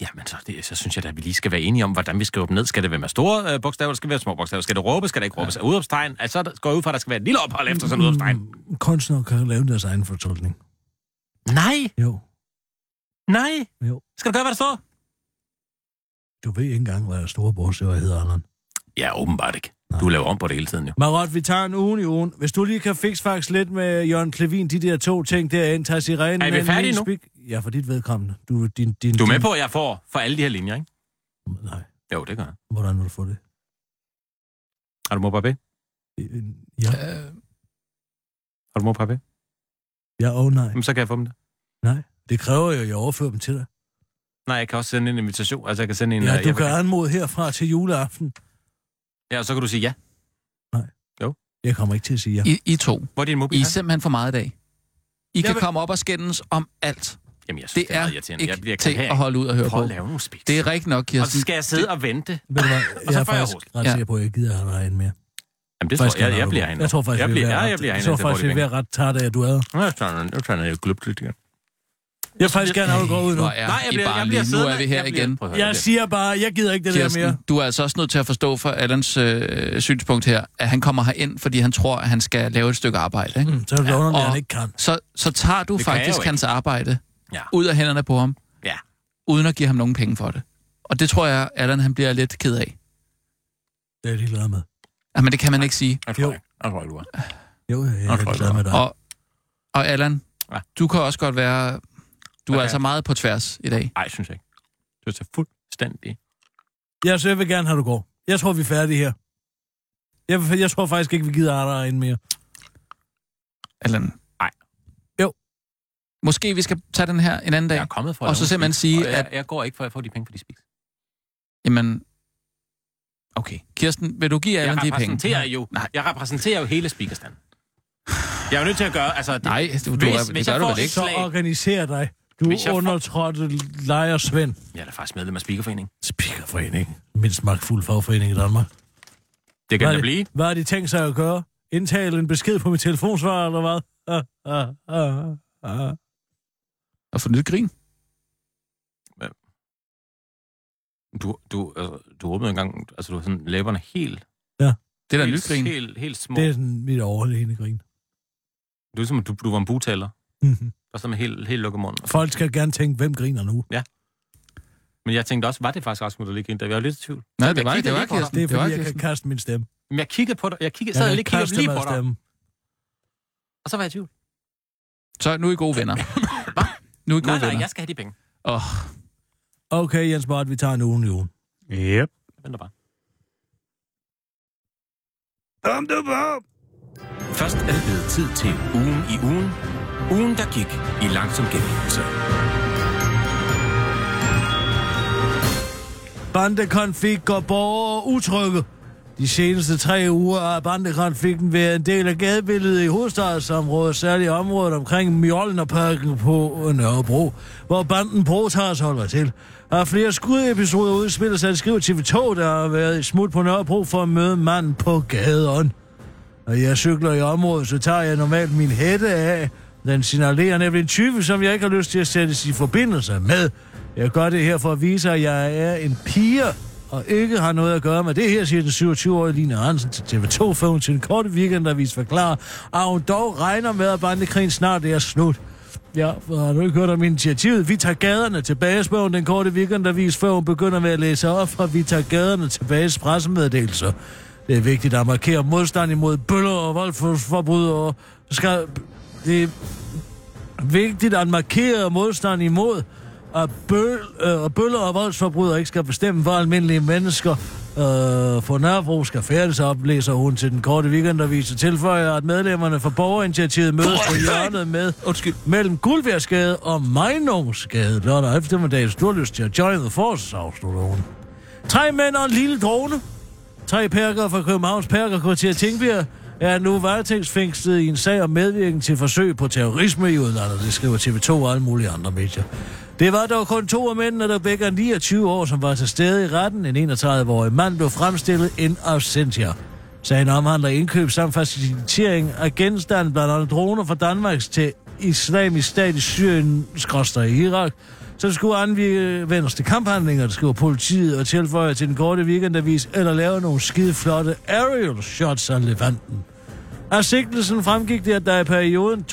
G: Jamen, så, det, så synes jeg da, at vi lige skal være enige om, hvordan vi skriver dem ned. Skal det være med store øh, bogstaver, eller skal det være med små bogstaver? Skal det råbe, skal det ikke råbes? Ja. Udopstegn? Altså, der går jeg ud fra, at der skal være et lille ophold efter sådan en udopstegn.
D: Mm, Kunstnere kan lave deres egen fortolkning.
G: Nej,
D: Jo,
G: nej.
D: Jo.
G: Skal du gøre, hvad der står?
D: du ved ikke engang, hvad store borgsøger hedder, Allan.
G: Ja, åbenbart ikke. Du laver om på det hele tiden, jo.
D: Marot, vi tager en ugen i ugen. Hvis du lige kan fikse faktisk lidt med Jørgen Klevin, de der to ting derinde, tager sirenen...
G: Er vi
D: men
G: færdige
D: min
G: nu?
D: Spik- ja, for dit vedkommende. Du, din, din,
G: Du er med
D: din-
G: på, at jeg får for alle de her linjer, ikke?
D: Nej,
G: Jo, det gør jeg.
D: hvordan vil du få det?
G: Har du mor papé?
D: Øh, Ja,
E: Øh,
G: Har du mor papé?
D: ja og oh, nej.
G: Jamen, så kan jeg få dem der.
D: Det kræver jo, at jeg overfører dem til dig.
G: Nej, jeg kan også sende en invitation. Altså, jeg kan sende en... øh,
D: Ja, du
G: jeg
D: kan anmode herfra til juleaften.
G: Ja, og så kan du sige ja.
D: Jeg kommer ikke til at sige ja.
E: I, I to.
G: Hvor er din mobil?
E: I er
G: hen?
E: simpelthen for meget i dag. I kan
G: Jamen-
E: komme op og skændes om alt.
G: Jamen, jeg synes,
E: Det
G: det, er
E: er
G: meget irriterende. Jeg bliver
E: ikke
G: kan
E: til at
G: her.
E: holde ud og høre
G: Prøv
E: på.
G: at lave nogle speaks.
E: Det er rigtigt nok,
G: Og så
E: Kirsten.
G: skal jeg sidde og vente.
D: Ved du hvad, jeg er
G: får jeg
D: faktisk
G: hovedet.
D: ret
E: Ja.
D: sikker på, at jeg gider have dig herinde mere.
G: Jamen,
D: Faktisk
G: det tror jeg,
D: kan
G: jeg
D: du
G: bliver
D: godt.
G: herinde.
D: Jeg tror faktisk,
G: jeg
D: vi er
G: bliver,
D: ved
G: ja,
D: at-
G: jeg bliver
D: jeg
G: herinde.
D: tror faktisk, vi er ved
G: bliver.
D: at ret træt af, at du er der.
G: Nu træner jeg- nu træner jeg gløbt lidt igen.
D: Jeg vil faktisk gerne have, at du går ud nu.
E: Hvor er
G: Nej, jeg
E: I
G: bliver,
E: bare
G: jeg bliver
E: lige. Nu
G: siddende.
E: er vi her
G: Jeg bliver-
E: igen.
G: Prøv at høre,
D: Jeg
G: jeg
D: siger bare, jeg gider ikke det der mere.
E: Kirsten, du er altså også nødt til at forstå for Allans øh, synspunkt her, at han kommer herind, fordi han tror, at han skal lave et stykke arbejde. Ikke?
D: Mm, så er det underligt, at
E: og-
D: han ikke kan.
E: Så, så tager du
G: Det kan jeg jo
E: faktisk
G: ikke.
E: hans arbejde
G: Ja.
E: ud af hænderne på ham,
G: bliver- Ja.
E: uden at give ham nogen penge for det. Og det tror jeg, Allan han bliver lidt ked af.
D: Det er jeg ligeglad med.
E: Jamen, det kan man ikke sige.
G: Jeg
D: Jo.
G: tror, jeg. jeg tror, jeg lurer.
D: Jo, jeg
G: Nå,
D: er
G: tror jeg,
D: ligeglad med dig.
E: Og, og Allan,
G: Ja.
E: du kan også godt være... Du er
G: Okay.
E: altså meget på tværs i dag.
G: Ej, synes jeg ikke. Det er så fuldstændig.
D: Jeg, så jeg vil gerne have, du går. Jeg tror, vi er færdige her. Jeg, vil- jeg tror faktisk ikke, vi gider have dig herinde mere.
E: Allan.
G: Nej.
E: Jo. Måske vi skal tage den her en anden dag.
G: Jeg er kommet for at
E: Og
G: lave
E: så
G: nogle
E: simpelthen
G: speaks.
E: sige,
G: Og jeg,
E: at-
G: jeg går ikke for at få de penge for de speaks.
E: Jamen, okay. Kirsten, vil du give
G: Jeg
E: Allan de penge?
G: repræsenterer jo,
E: Nej.
G: jeg repræsenterer jo hele speakerstanden. Jeg er jo nødt til at gøre... Altså, det,
E: Nej, det, du,
G: Hvis-
E: det
G: hvis
E: gør
G: jeg
E: du
G: får
E: vel
G: et
E: ikke?
D: Så
G: Slag.
D: organiser dig. Du
G: Hvis jeg
D: er
G: får-
D: undertrådte lejer Svend.
G: Jeg er da faktisk medlem af Speakerforeningen.
D: Speakerforening. Mindst magtfuld fagforening i Danmark.
G: Det kan
D: Hvad
G: det
D: er
G: blive.
D: Hvad har de tænkt sig at gøre? Indtale en besked på mit telefonsvar, eller hvad? Ah, ah, ah, ah.
E: Og få lidt grin.
G: Du, du, altså, du åbnede engang... Altså, du har sådan læberne helt...
E: Det er da en
G: helt,
E: lydgrin.
G: helt, helt små.
D: Det er sådan mit overlegne grin.
G: Det er som, at du, du var en butaler.
D: Mhm.
G: Og så med helt, helt lukket mund.
D: Folk skal gerne tænke, hvem griner nu?
G: Men jeg tænkte også, var det faktisk Rasmus, der lige grinte? Jeg var lidt i tvivl.
E: Nej,
G: Jeg
E: det var ikke,
G: kiggede
E: det var ikke
G: lige på
E: Kirsten.
D: Det er
E: Det var
D: fordi,
E: ikke
D: jeg kan
E: Kirsten.
D: kaste min stemme.
G: Men jeg kiggede på dig. Jeg kiggede, sad
D: Jeg
G: og
D: kan
G: lige kiggede
D: kaste
G: lige
D: mig
G: på dig.
D: stemme.
G: Og så var jeg i tvivl.
E: Så nu er I gode venner. Nu er I gode
G: Nej, nej,
E: venner.
G: jeg skal have de penge.
E: Åh,
D: Okay, Jens Mart, vi tager en uge i ugen.
H: Yep.
G: Jeg venter bare.
C: Om du var.
F: Først er det blevet tid til ugen i ugen. Ugen, der gik i langsom gengivelse.
D: Bandekonflikt går borgere utrygge. De seneste tre uger har bandekonflikten været en del af gadebilledet i hovedstadsområdet, særligt området omkring Mjolnerparken på Nørrebro, hvor banden Protas holder til. Og flere skudepisoder udspiller sig, skriver TV2, der har været i smut på Nørrebro for at møde manden på gaden. Når jeg cykler i området, så tager jeg normalt min hætte af. Den signalerer nemlig en type, som jeg ikke har lyst til at sættes i forbindelse med. Jeg gør det her for at vise, at jeg er en pige og ikke har noget at gøre med det her, siger den 27-årige Line Hansen til TV2, før hun til en kort weekendavis forklarer, at hun dog regner med, at bandekrigen snart er slut. Ja, for har du ikke hørt om initiativet? Vi tager gaderne tilbage, spørger hun den korte weekendavis, før hun begynder med at læse op fra Vi tager gaderne tilbages pressemeddelelser. Det er vigtigt at markere modstand imod bøller og voldforbud og skal... Det er vigtigt at markere modstand imod, at bøl, øh, og bøller og voldsforbrydere ikke skal bestemme, hvor almindelige mennesker øh, for Nørrebro skal færdes, oplæser hun til den korte weekendavis og tilføjer, at medlemmerne fra borgerinitiativet mødes på hjørnet med
E: undskyld.
D: mellem Guldværsgade og Mejnungsgade lørdag eftermiddag. Stor lyst til at join the forces, afslutter hun. Tre mænd og en lille drone. Tre perker fra Københavns Perkerkvarter Tingbjerg er nu varetægtsfængslet i en sag om medvirken til forsøg på terrorisme i udlandet, det skriver TV2 og alle mulige andre medier. Det var dog kun to af mændene, der begge er 29 år, som var til stede i retten. En 31-årig mand blev fremstillet in absentia. Sagen omhandler indkøb samt facilitering af genstande, blandt andet droner fra Danmark til islamisk stat i Syrien, skråster i Irak, som skulle anvendes til kamphandlinger, det skriver politiet og tilføjer til den korte weekendavis, eller lave nogle skide flotte aerial shots af levanten. Af sigtelsen fremgik det, at der i perioden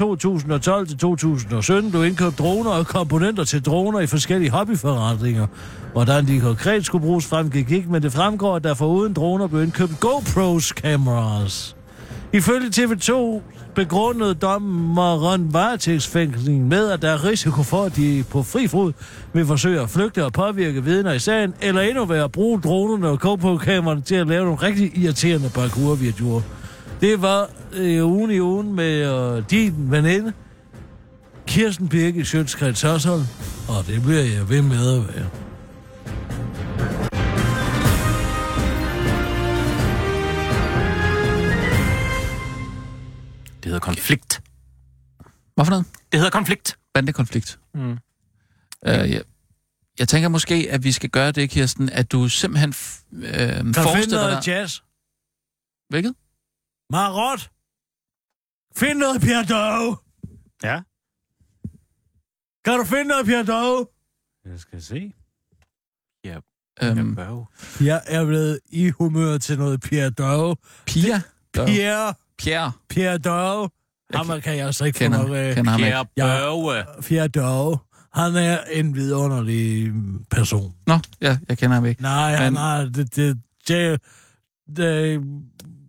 D: 2012-2017 blev indkøbt droner og komponenter til droner i forskellige hobbyforretninger. Hvordan de konkret skulle bruges fremgik ikke, men det fremgår, at der foruden droner blev indkøbt GoPros-cameras. Ifølge TV2 begrundede dommeren varetægtsfængslingen med, at der er risiko for, at de på fri fod vil forsøge at flygte og påvirke vidner i sagen, eller endnu værre bruge dronerne og GoPro-kameraerne til at lave nogle rigtig irriterende parkour-videoer. Det var øh, ugen i ugen med øh, din veninde, Kirsten Birke Sjøtskrets Hørsholm, og det bliver jeg ved med at være.
G: Det hedder konflikt.
E: Hvad for noget?
G: Det hedder konflikt.
E: Bandekonflikt.
G: Mm.
E: Øh, jeg, jeg tænker måske, at vi skal gøre det, Kirsten, at du simpelthen f- øh,
D: Kan du finde
E: forestiller dig...
D: noget jazz?
E: Hvilket?
D: Marot! Find noget Pierre Dove!
H: Ja.
D: Kan du finde noget Pierre Dove?
H: Jeg skal se.
E: Øhm,
G: Wow.
D: Jeg er blevet i humør til noget Pierre Dove.
E: Pia? Pia?
D: Pierre,
E: Pierre?
D: Pierre Dove. Ham kan jeg altså ikke få
E: Kender,
D: nok af.
E: kender ham ikke.
G: Kære Børge.
D: Pierre Dove. Han er en vidunderlig mm, person.
E: Nå, ja, jeg kender ham ikke.
D: Nej, han
E: Men-
D: har det, det, det, det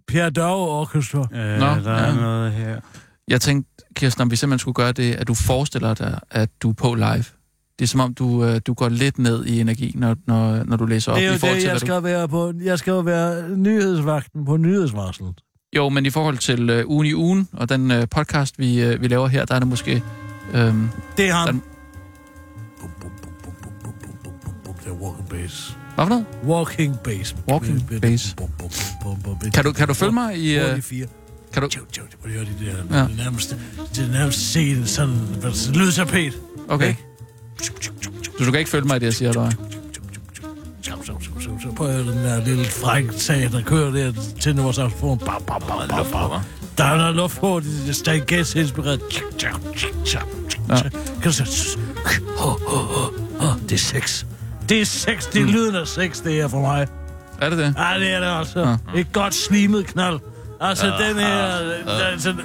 D: Pierre Dove Orchestra.
H: Øh,
E: Nå,
H: der er
E: ja.
H: noget her.
E: Jeg tænkte, Kirsten, om vi simpelthen skulle gøre det, at du forestiller dig, at du er på live. Det er som om, du, øh, du går lidt ned i energi, når, når, når du læser op.
D: Det er jo
E: i forhold
D: det,
E: til,
D: jeg
E: hvad
D: skal være på. Jeg skal jo være nyhedsvagten på nyhedsvarslen.
E: Du... Jo, men i forhold til øh, ugen i ugen, og den øh, podcast, vi, øh, vi laver her, der er det måske... Øhm,
D: Det er ham.
E: Den-
D: Bum, bum, bum, bum, bum, bum, bum, bum, bum. Det er walking bass.
E: hvad for noget?
D: Walking bass.
E: Walking bass.
D: Bum, bum, bum, bum, bum, bum.
E: Kan du, kan du følge mig i... Øh,
D: Hurtige fire.
E: Kan du...
D: Tjuk, tjuk, prøv at høre det der.
E: Ja.
D: Ja. Det er nærmest, det er nærmest se en sådan en lydtapet.
E: Okay.
D: Tjuk, tjuk, tjuk, tjuk,
E: Så du kan ikke følge mig i det, jeg siger, eller hvad?
D: tjuk, tjuk, tjuk. Tjuk, tjuk, tjuk, tjuk, tjuk. Prøv at høre den der lille frække sag, der kører der til vores saxofon. Bam, bam, bam, bam, bam. Der er noget luft på, det er Stan Getz inspireret. Tjuk, tjuk, tjuk, tjuk, tjuk, tjuk. Kan du så... Ho, ho, ho, ho. Det er sex. Det er sex. Det er
G: Mm.
D: lyden af sex, det her for mig.
E: Er det det?
D: Ja, det er det altså. Et godt slimet knald. Altså, den her... Altså,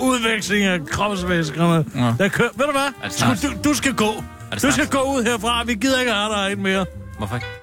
D: udveksling af kropsvæskerne.
E: Ja.
D: Der kører... Ved du hvad?
G: det
D: Sku- Du, du skal gå.
G: det
D: Du
G: snart?
D: skal gå ud herfra. Vi gider ikke have dig herinde mere.
G: Hvorfor ikke?